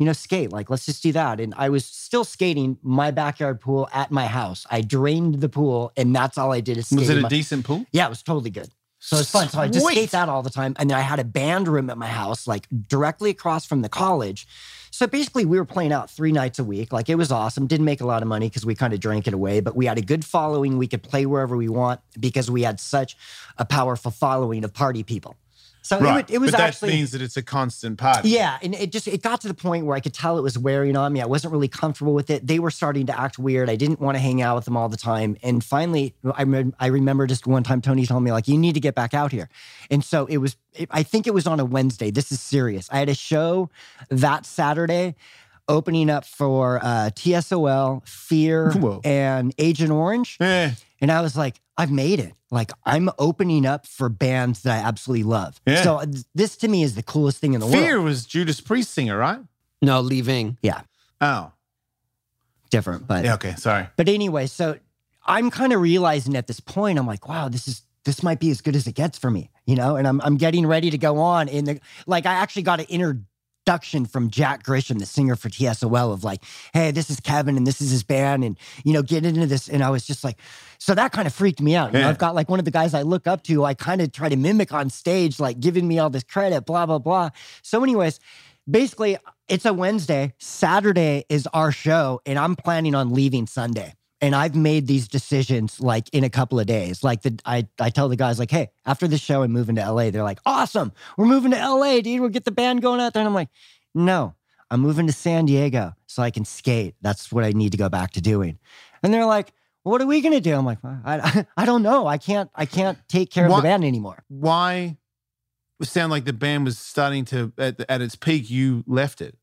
C: you know, skate. Like, let's just do that. And I was still skating my backyard pool at my house. I drained the pool, and that's all I did is skate.
D: Was it
C: in
D: a
C: my-
D: decent pool?
C: yeah, it was totally good. So it's fun. So I just
D: Sweet.
C: skate that all the time. And then I had a band room at my house, like directly across from the college. So basically, we were playing out three nights a week. Like it was awesome. Didn't make a lot of money because we kind of drank it away, but we had a good following. We could play wherever we want because we had such a powerful following of party people. So it,
D: Right.
C: would- it was
D: but
C: actually.
D: that means that it's a constant party.
C: Yeah, and it just it got to the point where I could tell it was wearing on me. I wasn't really comfortable with it. They were starting to act weird. I didn't want to hang out with them all the time. And finally, I rem- I remember just one time Tony told me like, "You need to get back out here." And so it was. It, I think it was on a Wednesday. This is serious. I had a show that Saturday. Opening up for uh, TSOL, Fear,
D: Whoa.
C: and Agent Orange.
D: Yeah.
C: And I was like, I've made it. Like, I'm opening up for bands that I absolutely love.
D: Yeah.
C: So, uh, this to me is the coolest thing in the world.
D: Fear was Judas Priest singer, right?
A: no leaving
D: Oh.
C: different. But
D: Yeah. Okay. Sorry.
C: but anyway, so I'm kind of realizing at this point, I'm like, wow, this is this might be as good as it gets for me, you know. And I'm I'm getting ready to go on. In the like, I actually got an introduction from Jack Grisham, the singer for TSOL, of like, hey, this is Kevin and this is his band, and you know, get into this. And I was just like, so that kind of freaked me out. You know,
D: Yeah.
C: I've got like one of the guys I look up to, I kind of try to mimic on stage, like giving me all this credit, blah blah blah. So, anyways, basically, it's a Wednesday. Saturday is our show, and I'm planning on leaving Sunday. And I've made these decisions like in a couple of days. Like the I, I tell the guys like, hey, after the show, I'm moving to LA. They're like, awesome, we're moving to LA, dude. We'll get the band going out there. And I'm like, no, I'm moving to San Diego so I can skate. That's what I need to go back to doing. And they're like, what are we gonna do? I'm like, "Well, I, I don't know. I can't I can't take care
D: Why-
C: of the band anymore.
D: Why? It sound like the band was starting to at, at its peak. You left it.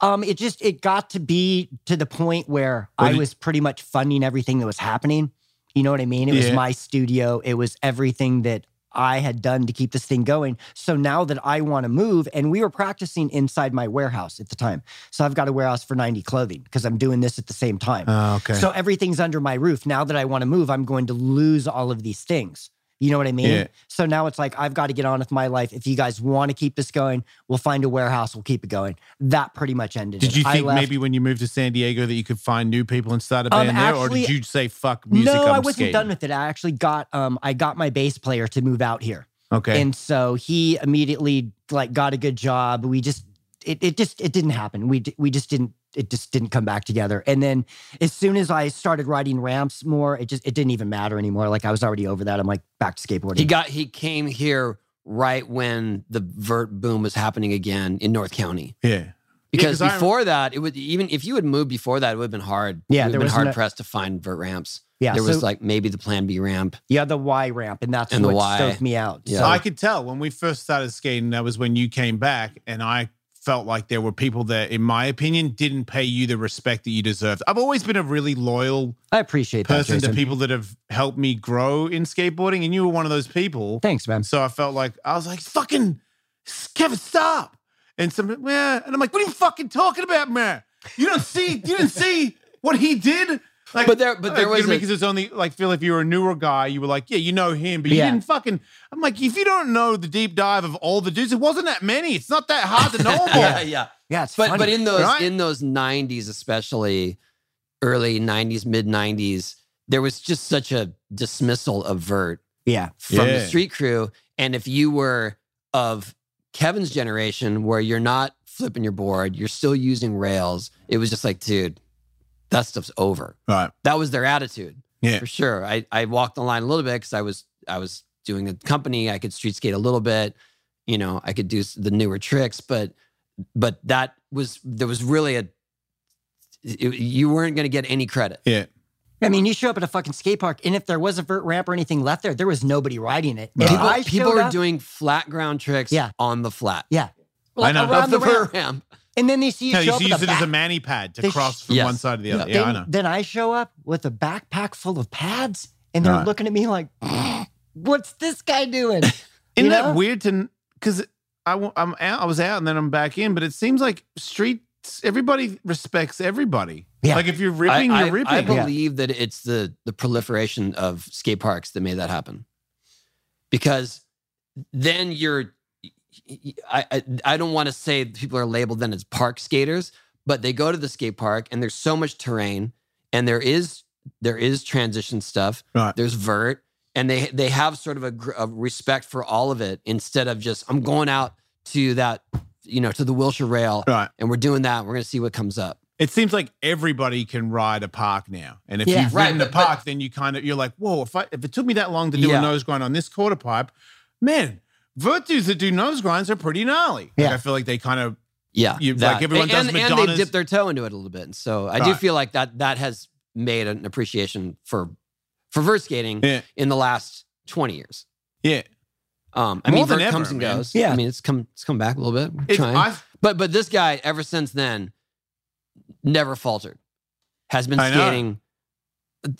C: Um, it just it got to be to the point where
D: What
C: I
D: did-
C: was pretty much funding everything that was happening. You know what I mean? It was
D: Yeah.
C: my studio. It was everything that I had done to keep this thing going. So now that I want to move, and we were practicing inside my warehouse at the time, so I've got a warehouse for ninety clothing because I'm doing this at the same time.
D: Oh, okay.
C: So everything's under my roof. Now that I want to move, I'm going to lose all of these things. You know what I mean?
D: Yeah.
C: So now it's like, I've got to get on with my life. If you guys want to keep this going, we'll find a warehouse. We'll keep it going. That pretty much ended.
D: did
C: it.
D: you
C: I
D: think
C: left.
D: maybe when you moved to San Diego that you could find new people and start a
C: Um,
D: band there, or did
C: actually-
D: you say fuck music?
C: no,
D: I'm
C: I wasn't
D: skating"?
C: done with it. I actually got um I got my bass player to move out here.
D: Okay.
C: And so he immediately like got a good job. We just it, it just it didn't happen. We d- we just didn't it just didn't come back together. And then as soon as I started riding ramps more, it just it didn't even matter anymore. Like I was already over that. I'm like back to skateboarding.
A: He got he came here right when the vert boom was happening again in North County.
D: Yeah.
A: Because
D: 'cause I-
A: before that, it would even if you had moved before that, it would have been hard.
C: Yeah,
A: We've
C: there
A: been
C: was
A: hard
C: no-
A: pressed to find vert ramps.
C: yeah,
A: there
C: so-
A: was like maybe the Plan B ramp.
C: yeah the Y ramp, and that's
A: And the
C: what
A: Y.
C: stoked me out.
A: Yeah.
C: So-
D: I could tell when we first started skating, that was when you came back, and I felt like there were people that, in my opinion, didn't pay you the respect that you deserved. I've always been a really loyal
C: I appreciate that.
D: person to
C: Jason.
D: people that have helped me grow in skateboarding, and you were one of those people.
C: Thanks, man.
D: So I felt like I was like, fucking Kevin, stop. And some yeah, and I'm like, what are you fucking talking about, man? You don't see, you didn't see what he did. Like,
A: But there- but there was a-
D: because it's only like Phil. If you were a newer guy, you were like, yeah, you know him, but
C: Yeah.
D: you didn't fucking. I'm like, if you don't know the deep dive of all the dudes, it wasn't that many. It's not that hard to know them all.
A: yeah, yeah.
C: Yeah, it's
A: But
C: funny.
A: but in those
D: right?
A: in those nineties, especially early nineties, mid nineties, there was just such a dismissal of vert
C: yeah,
A: from the
D: Yeah.
A: street crew. And if you were of Kevin's generation where you're not flipping your board, you're still using rails, it was just like, dude, that stuff's over.
D: Right.
A: That was their attitude.
D: Yeah.
A: For sure. I, I walked the line a little bit because I was I was doing a company. I could street skate a little bit. You know, I could do s- the newer tricks, but but that was there was really a it- you weren't going to get any credit.
D: Yeah.
C: I mean, you show up at a fucking skate park, and if there was a vert ramp or anything left there, there was nobody riding it. And
D: People-
A: People,
C: I
A: people
C: showed
A: were
C: up-
A: doing flat ground tricks
C: Yeah.
A: on the flat.
C: Yeah.
D: I
C: like
D: know.
C: around
A: Of
C: the
A: the
C: ramp,
A: program.
C: and then they see you
D: No,
C: show
D: you
C: up
D: should
C: with
D: use
C: a
D: it as a
C: back-
D: mani pad
C: They
D: to
C: sh-
D: cross from
A: Yes.
D: one side to the other.
C: then,
D: Yeah, I know.
C: then I show up with a backpack full of pads, and they're
D: Right.
C: looking at me like, "What's this guy doing?"
D: Isn't
C: You know?
D: that weird to? Because I w- I'm out, I was out, and then I'm back in. But it seems like streets. Everybody respects everybody.
C: Yeah.
D: Like if you're ripping,
A: I, I-
D: you're ripping.
A: I believe that it's the the proliferation of skate parks that made that happen, because then you're. I I, I don't want to say people are labeled then as park skaters, but they go to the skate park and there's so much terrain and there is there is transition stuff.
D: Right.
A: There's vert and they they have sort of a, gr- a respect for all of it instead of just I'm going out to that you know to the Wilshire Rail
D: Right.
A: and we're doing that. We're gonna see what comes up.
D: It seems like everybody can ride a park now. And if
C: Yeah.
D: you've
A: Right,
D: ridden a
A: but- but-
D: park, then you kind of you're like, whoa. If I if it took me that long to do
A: Yeah.
D: a nose grind on this quarter pipe, man, virtues that do nose grinds are pretty gnarly. Like,
C: Yeah.
D: I feel like they kind of
A: Yeah,
D: You- like everyone does
A: and, And they
D: Madonna's-
A: dip their toe into it a little bit, and so I do
D: Right.
A: feel like that that has made an appreciation for for vert skating
D: yeah
A: in the last twenty years.
D: yeah.
A: Um, I
D: More
A: mean,
D: than
A: vert
D: ever,
A: comes and
D: man.
A: goes.
C: Yeah.
A: I mean, it's come it's come back a little bit. We're
D: It's,
A: trying.
D: I
A: but but this guy, ever since then, never faltered. Has been
D: I know.
A: skating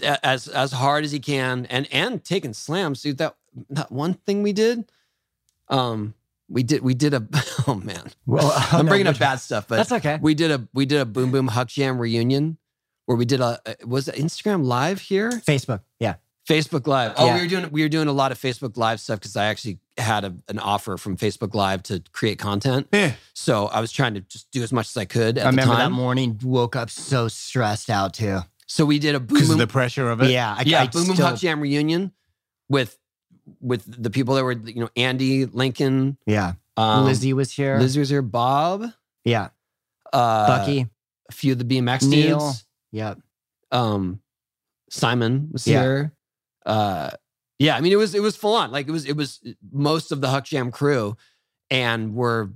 A: a- as as hard as he can, and and taking slams. Dude, that that one thing we did, um, we did we did a oh man,
C: Well,
A: I'm bringing up bad stuff, but
C: That's okay.
A: we did a we did a boom boom huck jam reunion where we did a uh, was it Instagram live here
C: Facebook, yeah,
A: Facebook live oh
C: Yeah.
A: we were doing we were doing a lot of Facebook live stuff because I actually had a, an offer from Facebook live to create content
D: yeah.
A: so I was trying to just do as much as I could at
C: I remember
A: the
C: that
A: time
C: morning. Woke up so stressed out too.
A: so we did a boom
D: Because of
A: boom
D: the pressure of it.
C: yeah, I,
A: yeah
C: I
A: boom boom
C: still-
A: huck jam reunion with with the people that were you know Andy Lincoln
C: yeah.
A: um,
C: Lizzie was here.
A: Lizzie was here Bob
C: yeah,
A: uh,
C: Bucky.
A: a few of the BMX
C: Neil.
A: dudes
C: yeah,
A: um Simon was
C: Yeah.
A: here. Uh yeah, I mean it was it was full on. Like it was it was uh, most of the Huck Jam crew and we're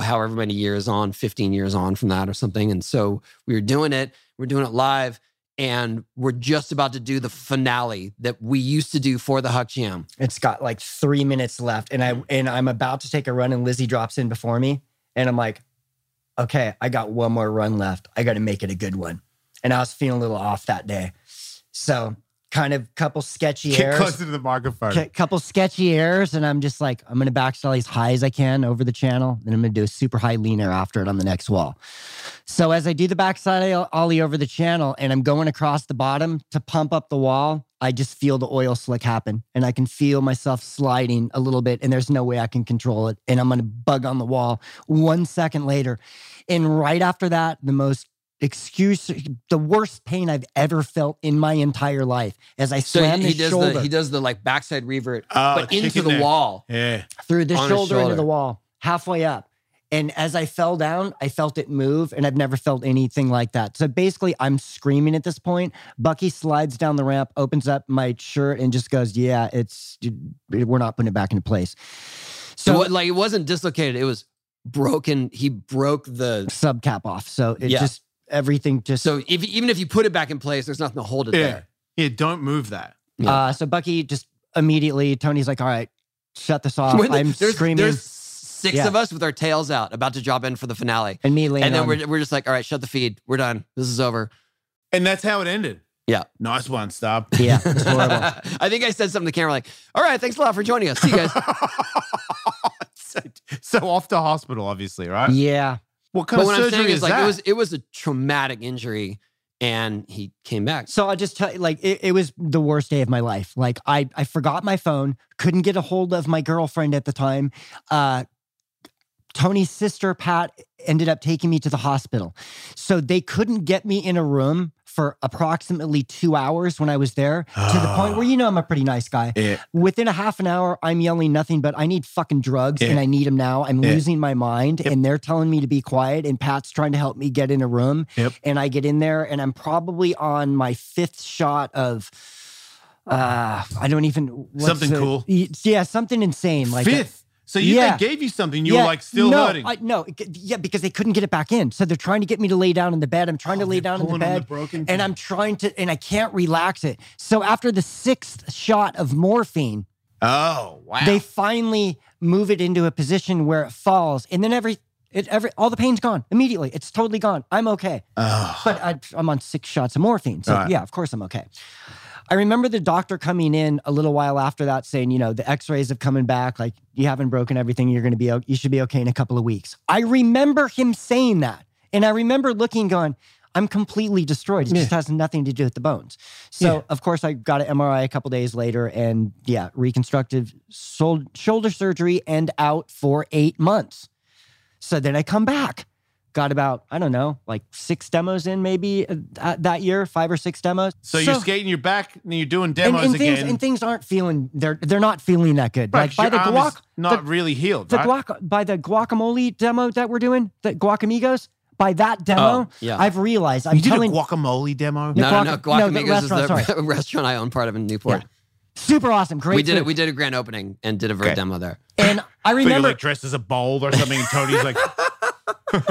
A: however many years on, 15 years on from that or something. And so we were doing it, we're doing it live and we're just about to do the finale that we used to do for the Huck Jam.
C: it's got like three minutes left, and I and I'm about to take a run, and Lizzie drops in before me, and I'm like, okay, I got one more run left. I got to make it a good one, and I was feeling a little off that day, so kind of couple sketchy
D: Get
C: errors.
D: closer to the microphone.
C: a couple sketchy airs, and I'm just like, I'm gonna backstall as high as I can over the channel, then I'm gonna do a super high lean air after it on the next wall. So as I do the backside ollie over the channel, and I'm going across the bottom to pump up the wall, I just feel the oil slick happen, and I can feel myself sliding a little bit, and there's no way I can control it, and I'm gonna bug on the wall. One second later, and right after that, the most excuse, the worst pain I've ever felt in my entire life, as I
A: So
C: slammed
A: he, he
C: his
A: does
C: shoulder
A: the he does the like backside revert
D: Oh,
A: but into
D: chicken
A: the
D: neck.
A: wall.
D: Yeah.
C: through the
A: on his
C: shoulder into
A: shoulder.
C: the wall, halfway up. And as I fell down, I felt it move, and I've never felt anything like that. So basically, I'm screaming at this point. Bucky slides down the ramp, opens up my shirt, and just goes, "Yeah, it's we're not putting it back into place."
A: So,
C: So
A: it- like it wasn't dislocated. It was broken. He broke the.
C: subcap off. So it
A: Yeah.
C: just everything just
A: So if, even if you put it back in place, there's nothing to hold it
D: Yeah.
A: there.
D: Yeah. Don't move that.
A: Yeah.
C: Uh, so Bucky just immediately, Tony's like, all right, shut this off.
A: When the-
C: Uh, I'm
A: there's,
C: screaming.
A: There's six
C: Yeah.
A: of us with our tails out, about to drop in for the finale,
C: and me laying
A: and then
C: on-
A: we're, we're just like, all right, shut the feed. We're done. This is over.
D: And that's how it ended.
A: Yeah.
D: Nice one, Stop.
C: yeah, it's horrible.
A: I think I said something to the camera like, all right, thanks a lot for joining us. See you guys.
D: so, so off to hospital, obviously, right?
C: yeah.
D: What kind
A: but
D: of
A: what I'm
D: surgery
A: saying
D: is,
A: is like
D: that?
A: it was it was a traumatic injury, and he came back.
C: So I'll just tell you, like, it, it was the worst day of my life. Like, I, I forgot my phone, couldn't get a hold of my girlfriend at the time. Uh, Tony's sister, Pat, ended up taking me to the hospital. So they couldn't get me in a room for approximately two hours when I was there to the point where, you know, I'm a pretty nice guy.
D: Ah. Yeah.
C: within a half an hour, I'm yelling nothing but I need fucking drugs and
D: Yeah.
C: I need them now. I'm
D: Yeah.
C: losing my mind
D: Yep.
C: and they're telling me to be quiet and Pat's trying to help me get in a room.
D: Yep.
C: And I get in there and I'm probably on my fifth shot of uh I don't even what's
D: Something
C: the-
D: cool.
C: Yeah, something insane like
D: Fifth. So you
C: Yeah.
D: they gave you something. You
C: yeah,
D: were like still
C: no,
D: hurting.
C: I, no, it- yeah, because they couldn't get it back in. So they're trying to get me to lay down in the bed. I'm trying to
D: Oh,
C: lay
D: they're
C: down in the
D: pulling on
C: bed
D: broken
C: and I'm trying to, and I can't relax it. So after the sixth shot of morphine,
D: Oh wow.
C: they finally move it into a position where it falls and then every it every all the pain's gone immediately it's totally gone i'm okay
D: oh.
C: but I, i'm on six shots of morphine so
D: Right.
C: yeah of course i'm okay i remember the doctor coming in a little while after that saying you know the x-rays have coming back like you haven't broken everything you're going to be o- you should be okay in a couple of weeks i remember him saying that and i remember looking going i'm completely destroyed it just has nothing to do with the bones so
D: Yeah.
C: of course I got an MRI a couple days later, and yeah, reconstructive sol- shoulder surgery and out for eight months. So then I come back, got about I don't know like six demos in maybe uh, th- that year, five or six demos.
D: So, you're skating your back and you're doing demos
C: and, and
D: again.
C: things and things aren't feeling they're they're not feeling that good.
D: Right,
C: like by the
D: your arm is
C: guac,
D: not
C: the-
D: really healed.
C: the
D: right?
C: guac by the guacamole demo that we're doing, the guacamigos. By that demo,
A: Oh, yeah.
C: I've realized I'm
D: you did
C: telling
D: a guacamole
C: No.
D: demo.
A: no, no, no,
C: guaca- no, the
A: Guacamigos is the
C: restaurant,
A: restaurant I own part of in Newport.
C: super awesome, great.
A: we did
C: food.
A: it. We did a grand opening and did a
D: Okay.
A: demo there.
C: and I
D: So you're
C: remember
D: like dressed as a bowl or something. And Tony's like,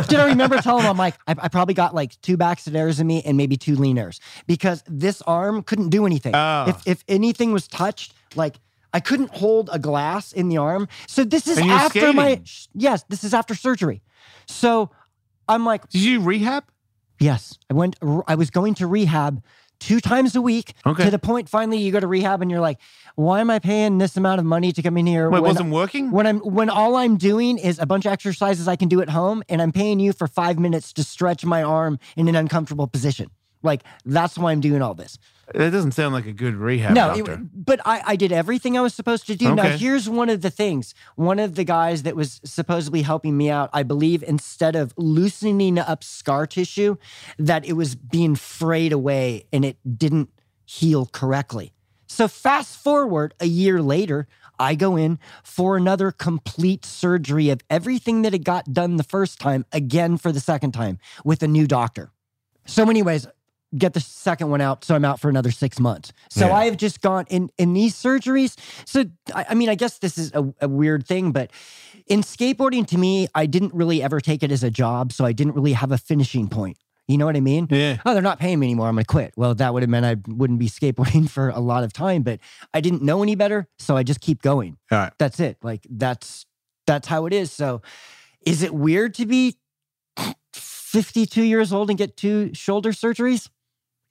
C: did I remember telling him, I'm like, I, I probably got like two Baxadairs in me and maybe two leaners because this arm couldn't do anything.
D: Oh.
C: If, if anything was touched, like I couldn't hold a glass in the arm. So this is
D: And you were
C: after my,
D: skating.
C: sh- yes, this is after surgery. So I'm like,
D: "Did you rehab?"
C: yes, I went, I was going to rehab two times a week
D: Okay.
C: to the point finally you go to rehab and you're like, why am I paying this amount of money to come in here?
D: Wait, it
C: when
D: wasn't working.
C: when I'm when all I'm doing is a bunch of exercises I can do at home, and I'm paying you for five minutes to stretch my arm in an uncomfortable position. Like that's why I'm doing all this.
D: That doesn't sound like a good rehab
C: no,
D: doctor.
C: it- but I, I did everything I was supposed to do. Now
D: Okay.
C: here's one of the things. One of the guys that was supposedly helping me out, I believe, instead of loosening up scar tissue, that it was being frayed away and it didn't heal correctly. So fast forward a year later, I go in for another complete surgery of everything that had got done the first time, again for the second time with a new doctor. So, anyways, get the second one out. So I'm out for another six months. So
D: Yeah.
C: I have just gone in in these surgeries. So I, I mean, I guess this is a, a weird thing, but in skateboarding, to me, I didn't really ever take it as a job. So I didn't really have a finishing point. You know what I mean?
D: yeah.
C: oh, they're not paying me anymore. I'm going to quit. Well, that would have meant I wouldn't be skateboarding for a lot of time, but I didn't know any better. So I just keep going.
D: All right.
C: That's it. Like that's, that's how it is. So is it weird to be 52 years old and get two shoulder surgeries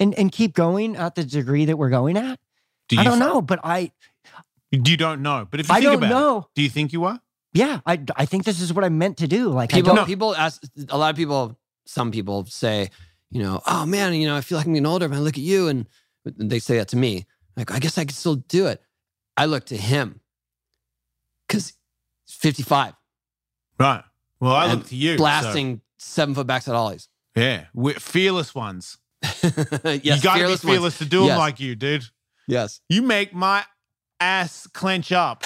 C: and, and keep going at the degree that we're going at?
D: Do you,
C: I don't know, but I,
D: You don't know. But if you
C: I
D: think
C: don't
D: about it,
C: know.
D: do you think you are?
C: Yeah. I, I think this is what I'm meant to do. Like I
A: People,
C: don't,
D: No.
A: people ask. A lot of people, some people say, you know, oh man, you know, I feel like I'm getting older. But I look at you, and they say that to me. Like, I guess I could still do it. I look to him because 55,
D: Right. Well, I
A: And
D: look to you. so-
A: blasting seven foot backs at ollies.
D: yeah. We're fearless ones.
A: yes,
D: you got to be
A: ones.
D: fearless to do them
A: Yes.
D: like you, dude.
A: Yes.
D: You make my ass clench up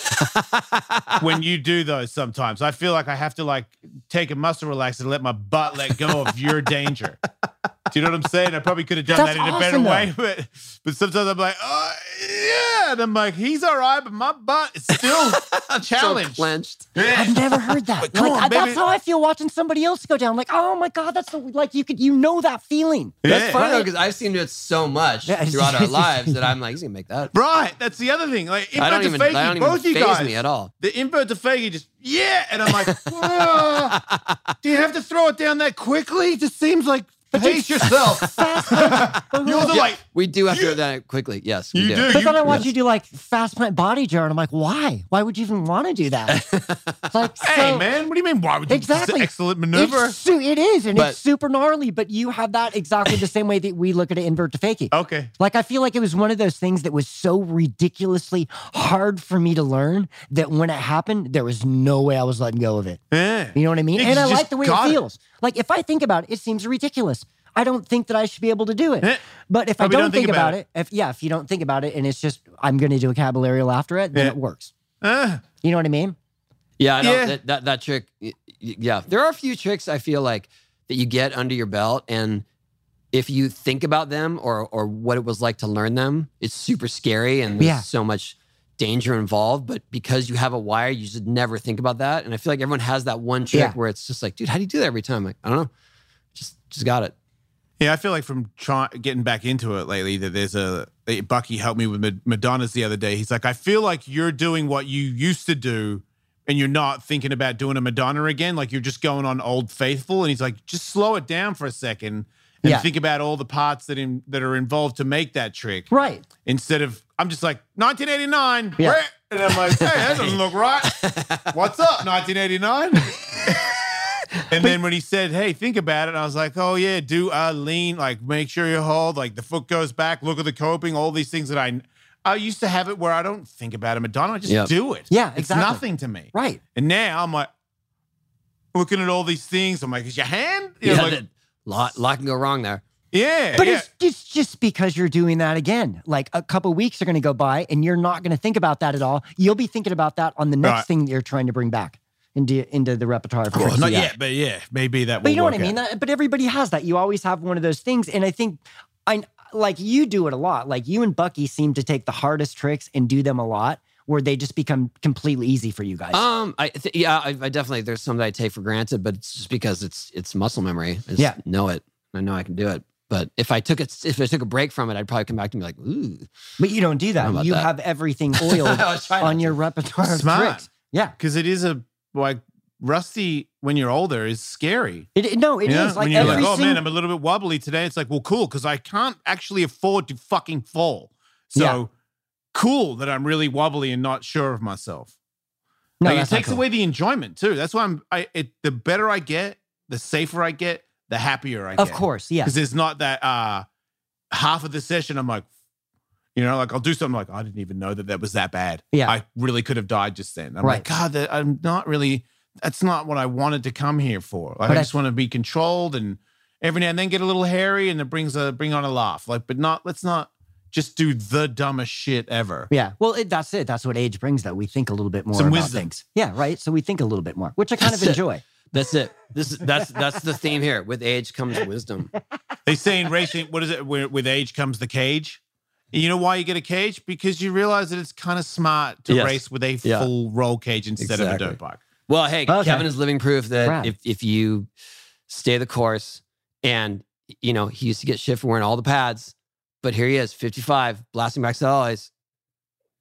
D: when you do those sometimes. I feel like I have to like take a muscle relaxer to let my butt let go of your danger. Do you know what I'm saying? I probably could have done
C: That's
D: that in a
C: awesome,
D: better
C: though.
D: way, but but sometimes I'm like, oh yeah, and I'm like, he's all right, but my butt is still
A: so
D: challenged.
A: clenched.
C: I've never heard that.
D: But come
C: like,
D: on,
C: I- that's
D: baby.
C: how I feel watching somebody else go down. Like, oh my god, that's the, like you could you know that feeling.
A: That's
D: Yeah.
A: funny though, because I've seen it so much
C: Yeah, it's-
A: throughout our lives that I'm like, he's gonna make that.
D: Right, that's the other thing. Like
A: I
D: info
A: don't
D: to
A: even. I don't
D: fakie,
A: even
D: both you
A: phase
D: guys.
A: me at all.
D: The info to fakie just yeah, and I'm like, "Whoa, do you have to throw it down that quickly? It just seems like pace yourself. You're the like
A: We do have to
D: You-
A: do that quickly. Yes, we
D: you do.
C: But
D: You,
C: then I watch you do like fast plant body jar, and I'm like, why? Why would you even want to do that? It's like,
D: hey
C: so-
D: man, what do you mean? Why would you?
C: Exactly.
D: excellent maneuver.
C: It's su- it is, and
A: But-
C: it's super gnarly. But you have that exactly the same way that we look at an invert to fakie.
D: Okay.
C: Like I feel like it was one of those things that was so ridiculously hard for me to learn that when it happened, there was no way I was letting go of it.
D: Yeah.
C: You know what I mean?
D: Yeah, 'cause
C: and I
D: you
C: like
D: just
C: the way
D: got
C: it
D: it.
C: feels. Like if I think about it, it seems ridiculous. I don't think that I should be able to do it.
D: Eh,
C: But if
D: probably
C: I don't, think, about, it, if yeah, if you don't think about it and it's just I'm going to do a caballerial after it, then
D: Yeah.
C: it works.
D: Uh,
C: You know what I mean?
A: Yeah, I don't,
D: Yeah.
A: That, that that trick. y- y- Yeah, there are a few tricks I feel like that you get under your belt, and if you think about them or or what it was like to learn them, it's super scary and there's
C: Yeah.
A: so much danger involved. But because you have a wire, you should never think about that. And I feel like everyone has that one trick
C: Yeah.
A: where it's just like, dude, how do you do that every time? Like, I don't know, just just got it.
D: yeah, I feel like from try- getting back into it lately that there's a Bucky helped me with Mad- Madonna's the other day. He's like, I feel like you're doing what you used to do, and you're not thinking about doing a Madonna again. Like you're just going on old faithful, and he's like, just slow it down for a second and
C: Yeah.
D: think about all the parts that in, that are involved to make that trick.
C: Right.
D: instead of I'm just like 1989,
C: Yeah.
D: where-" and I'm like, hey, that doesn't look right. What's up, 1989? and then when he said, hey, think about it, I was like, oh yeah, do a lean, like make sure you hold, like the foot goes back, look at the coping, all these things that I I used to have it where I don't think about it, Madonna, I just
A: Yep.
D: do it.
C: Yeah,
D: it's
C: exactly.
D: nothing to me.
C: Right.
D: And now I'm like looking at all these things. I'm like, is your hand? You know,
A: yeah,
D: like-
A: that- lot lot can go wrong there.
D: yeah,
C: But
D: yeah.
C: it's, it's just because you're doing that again. Like a couple weeks are going to go by and you're not going to think about that at all. You'll be thinking about that on the next
D: Right.
C: thing that you're trying to bring back into, into the repertoire. of
D: Well,
C: tricks
D: not
C: you got.
D: yet, but yeah, maybe that.
C: But
D: will
C: you know what I
D: work
C: mean?
D: out.
C: That- but everybody has that. You always have one of those things. And I think I like you do it a lot. Like you and Bucky seem to take the hardest tricks and do them a lot where they just become completely easy for you guys.
D: Uh,
A: Um, I th- yeah, I, I definitely there's some that I take for granted, but it's just because it's it's muscle memory. I just
C: Yeah.
A: know it. I know I can do it. But if I took it, if I took a break from it, I'd probably come back to me like, ooh,
C: but you don't do
A: How
C: that.
A: about
C: You
A: that?
C: have everything oiled
A: I was trying
C: on
A: not
C: your repertoire of
D: Smart.
C: tricks. Yeah.
D: because it is a like rusty when you're older is scary.
C: It, it- no, it is
D: Yeah?
C: Like
D: when you're
C: every
D: like, oh
C: single
D: man, I'm a little bit wobbly today. It's like, well, cool, because I can't actually afford to fucking fall. So
C: Yeah.
D: cool that I'm really wobbly and not sure of myself.
C: no,
D: Like, it
C: that's not
D: takes
C: cool.
D: away the enjoyment too. That's why I'm. I it the better I get, the safer I get, the happier I get.
C: Of course, yeah.
D: because there's not that uh half of the session. I'm like, you know, like I'll do something like I didn't even know that that was that bad.
C: Yeah.
D: I really could have died just then. I'm
C: Right.
D: like, God, that, I'm not really. That's not what I wanted to come here for. Like
C: But
D: I
C: I-
D: just want to be controlled and every now and then get a little hairy and it brings a bring on a laugh. Like, but not let's not just do the dumbest shit ever.
C: Yeah. Well, it, that's it. That's what age brings, though. We think a little bit more
D: Some
C: about
D: wisdom.
C: things. Yeah, right. So we think a little bit more, which I kind of
A: That's it.
C: enjoy.
A: That's it. This is that's that's the theme here. With age comes wisdom.
D: They say in racing, what is it? Where, with age comes the cage. And you know why you get a cage? Because you realize that it's kind of smart to
A: Yes.
D: race with a
A: Yeah.
D: full roll cage instead
A: Exactly.
D: of a dirt bike.
A: Well, hey,
C: Okay.
A: Kevin is living proof that
C: Right.
A: if if you stay the course, and you know he used to get shit for wearing all the pads, but here he is, 55, blasting back always.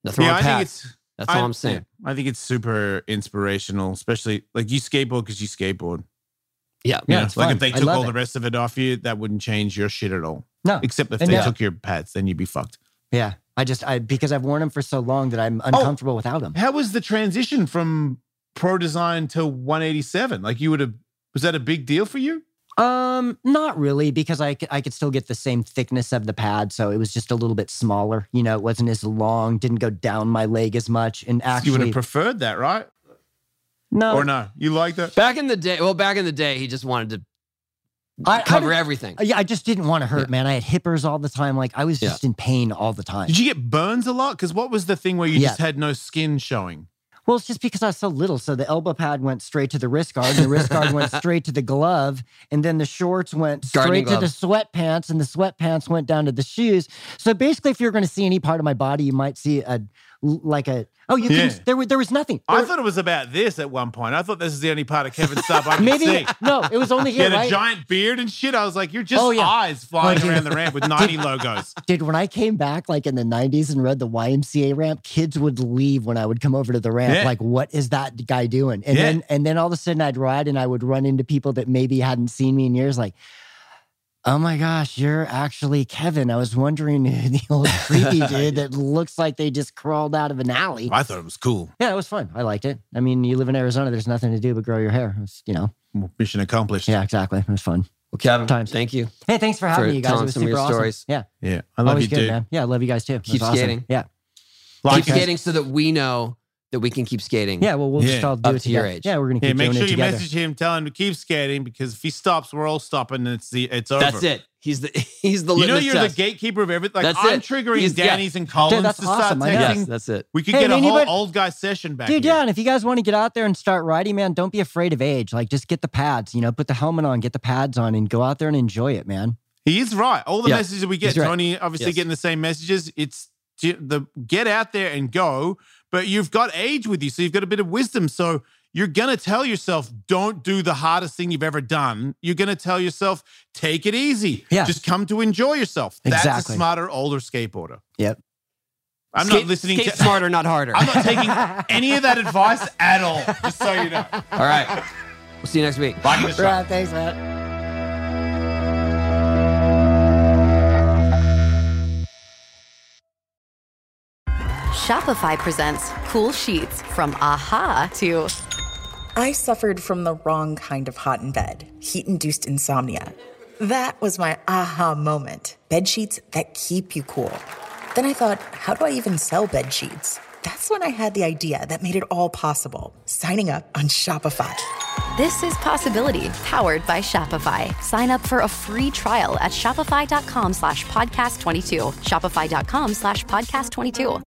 A: Nothing
D: yeah,
A: wrong
D: I
A: with
D: think
A: pads.
D: it's.
A: That's all
D: I-
A: I'm saying.
D: yeah, I think it's super inspirational, especially like you skateboard because you skateboard.
A: Yeah,
C: Yeah,
D: You know,
C: it's
D: like
C: fun.
D: if they
C: I
D: took
C: love
D: all the
C: it.
D: rest of it off you, that wouldn't change your shit at all.
C: No.
D: Except if
C: And
D: they
C: yeah.
D: took your pads, then you'd be fucked.
C: Yeah. I just, I, because I've worn them for so long that
D: Oh.
C: I'm uncomfortable without them.
D: How was the transition from pro design to 187? Like you would have. Was that a big deal for you?
C: Um, not really, because I, c- I could still get the same thickness of the pad, so it was just a little bit smaller. You know, it wasn't as long, didn't go down my leg as much, and
D: you would have
C: actually, Oh.
D: preferred that, right?
C: no,
D: Or no? You like that?
A: Back in the day, well, back in the day, he just wanted to
C: I, I
A: cover
C: don't-
A: everything.
C: Uh, yeah, I just didn't want to hurt,
A: Yeah.
C: man. I had hippers all the time. Like I was
A: Yeah.
C: just in pain all the time.
D: Did you get burns a lot? Because what was the thing where you
C: Yeah.
D: just had no skin showing?
C: Well, it's just because I was so little. So the elbow pad went straight to the wrist guard, and the wrist guard went straight to the glove, and then the shorts went
A: Gardening
C: straight to the sweatpants, and the sweatpants went down to the shoes. So basically, if you're going to see any part of my body, you might see a like a oh you
D: Yeah.
C: couldn't there was there was nothing.
D: I
C: There-
D: thought it was about this at one point. I thought this is the only part of Kevin's stuff I can see.
C: maybe no, it was only
D: He
C: here.
D: had a
C: right?
D: giant beard and shit. I was like, you're just
C: Oh, yeah.
D: eyes flying
C: Oh, dude.
D: around the ramp with 90 logos.
C: Dude, when I came back like in the 90s and read the YMCA ramp, kids would leave when I would come over to the ramp.
D: Yeah.
C: Like, what is that guy doing? And
D: Yeah.
C: then and then all of a sudden I'd ride and I would run into people that maybe hadn't seen me in years, like, oh my gosh, you're actually Kevin. I was wondering who the old creepy dude that looks like they just crawled out of an alley.
D: I thought it was cool.
C: Yeah, it was fun. I liked it. I mean, you live in Arizona, there's nothing to do but grow your hair. It was, you know.
D: Mission accomplished.
C: Yeah, exactly. It was fun.
A: Well, Kevin,
C: Times.
A: thank you.
C: Hey, thanks for having
A: For
C: me, you guys.
A: telling
C: It was
A: some of
C: super
A: your
C: awesome.
A: stories.
C: Yeah.
D: Yeah. I love
C: Always
D: you,
C: good,
D: dude.
C: man. Yeah, I love you guys too. It was
A: Keep
C: awesome.
A: skating.
C: Yeah.
D: Like
A: keep
D: us.
A: skating so that we know that we can keep skating.
C: Yeah, well, we'll just
D: Yeah.
C: all do
A: Up
C: it
A: to your
C: together.
A: age.
C: Yeah, we're gonna keep
D: Yeah, make
C: doing
D: sure
C: it
D: you
C: together.
D: message him, tell him to keep skating because if he stops, we're all stopping and it's the it's over.
A: That's it. He's the he's the
D: You know
A: litmus
D: you're
A: test.
D: the gatekeeper of everything. Like
A: That's
D: I'm
A: it.
D: triggering
A: He's- yeah.
D: Danny's and Collins
C: that's
D: to
C: awesome. I
D: start
C: know.
D: texting.
A: yes, that's it.
D: We could
C: Hey,
D: get
C: man,
D: a
C: you
D: whole
C: better-
D: old guy session back.
C: Dude,
D: here.
C: yeah, and if you guys want to get out there and start riding, man, don't be afraid of age. Like, just get the pads, you know, put the helmet on, get the pads on, and go out there and enjoy it, man.
D: He is right. All the
A: Yeah,
D: messages we get,
A: he's right.
D: Tony, obviously
A: Yes.
D: getting the same messages. It's to the get out there and go, but you've got age with you, so you've got a bit of wisdom. So you're gonna tell yourself, don't do the hardest thing you've ever done. You're gonna tell yourself, take it easy.
C: Yeah.
D: Just come to enjoy yourself. That's
C: Exactly.
D: a smarter, older skateboarder.
C: Yep.
D: I'm
A: Skate-
D: not listening
A: skate
D: to
A: smarter, not harder.
D: I'm not taking any of that advice at all. Just so you know.
A: All right. We'll see you next week.
D: Back in the shop.
C: Right, thanks, man.
F: Shopify presents cool sheets from aha to
G: I suffered from the wrong kind of hot in bed, heat induced insomnia. That was my aha moment bed sheets that keep you cool. Then I thought, how do I even sell bed sheets? That's when I had the idea that made it all possible signing up on Shopify.
F: this is possibility powered by Shopify. Sign up for a free trial at shopify.com slash podcast 22. Shopify.com slash podcast 22.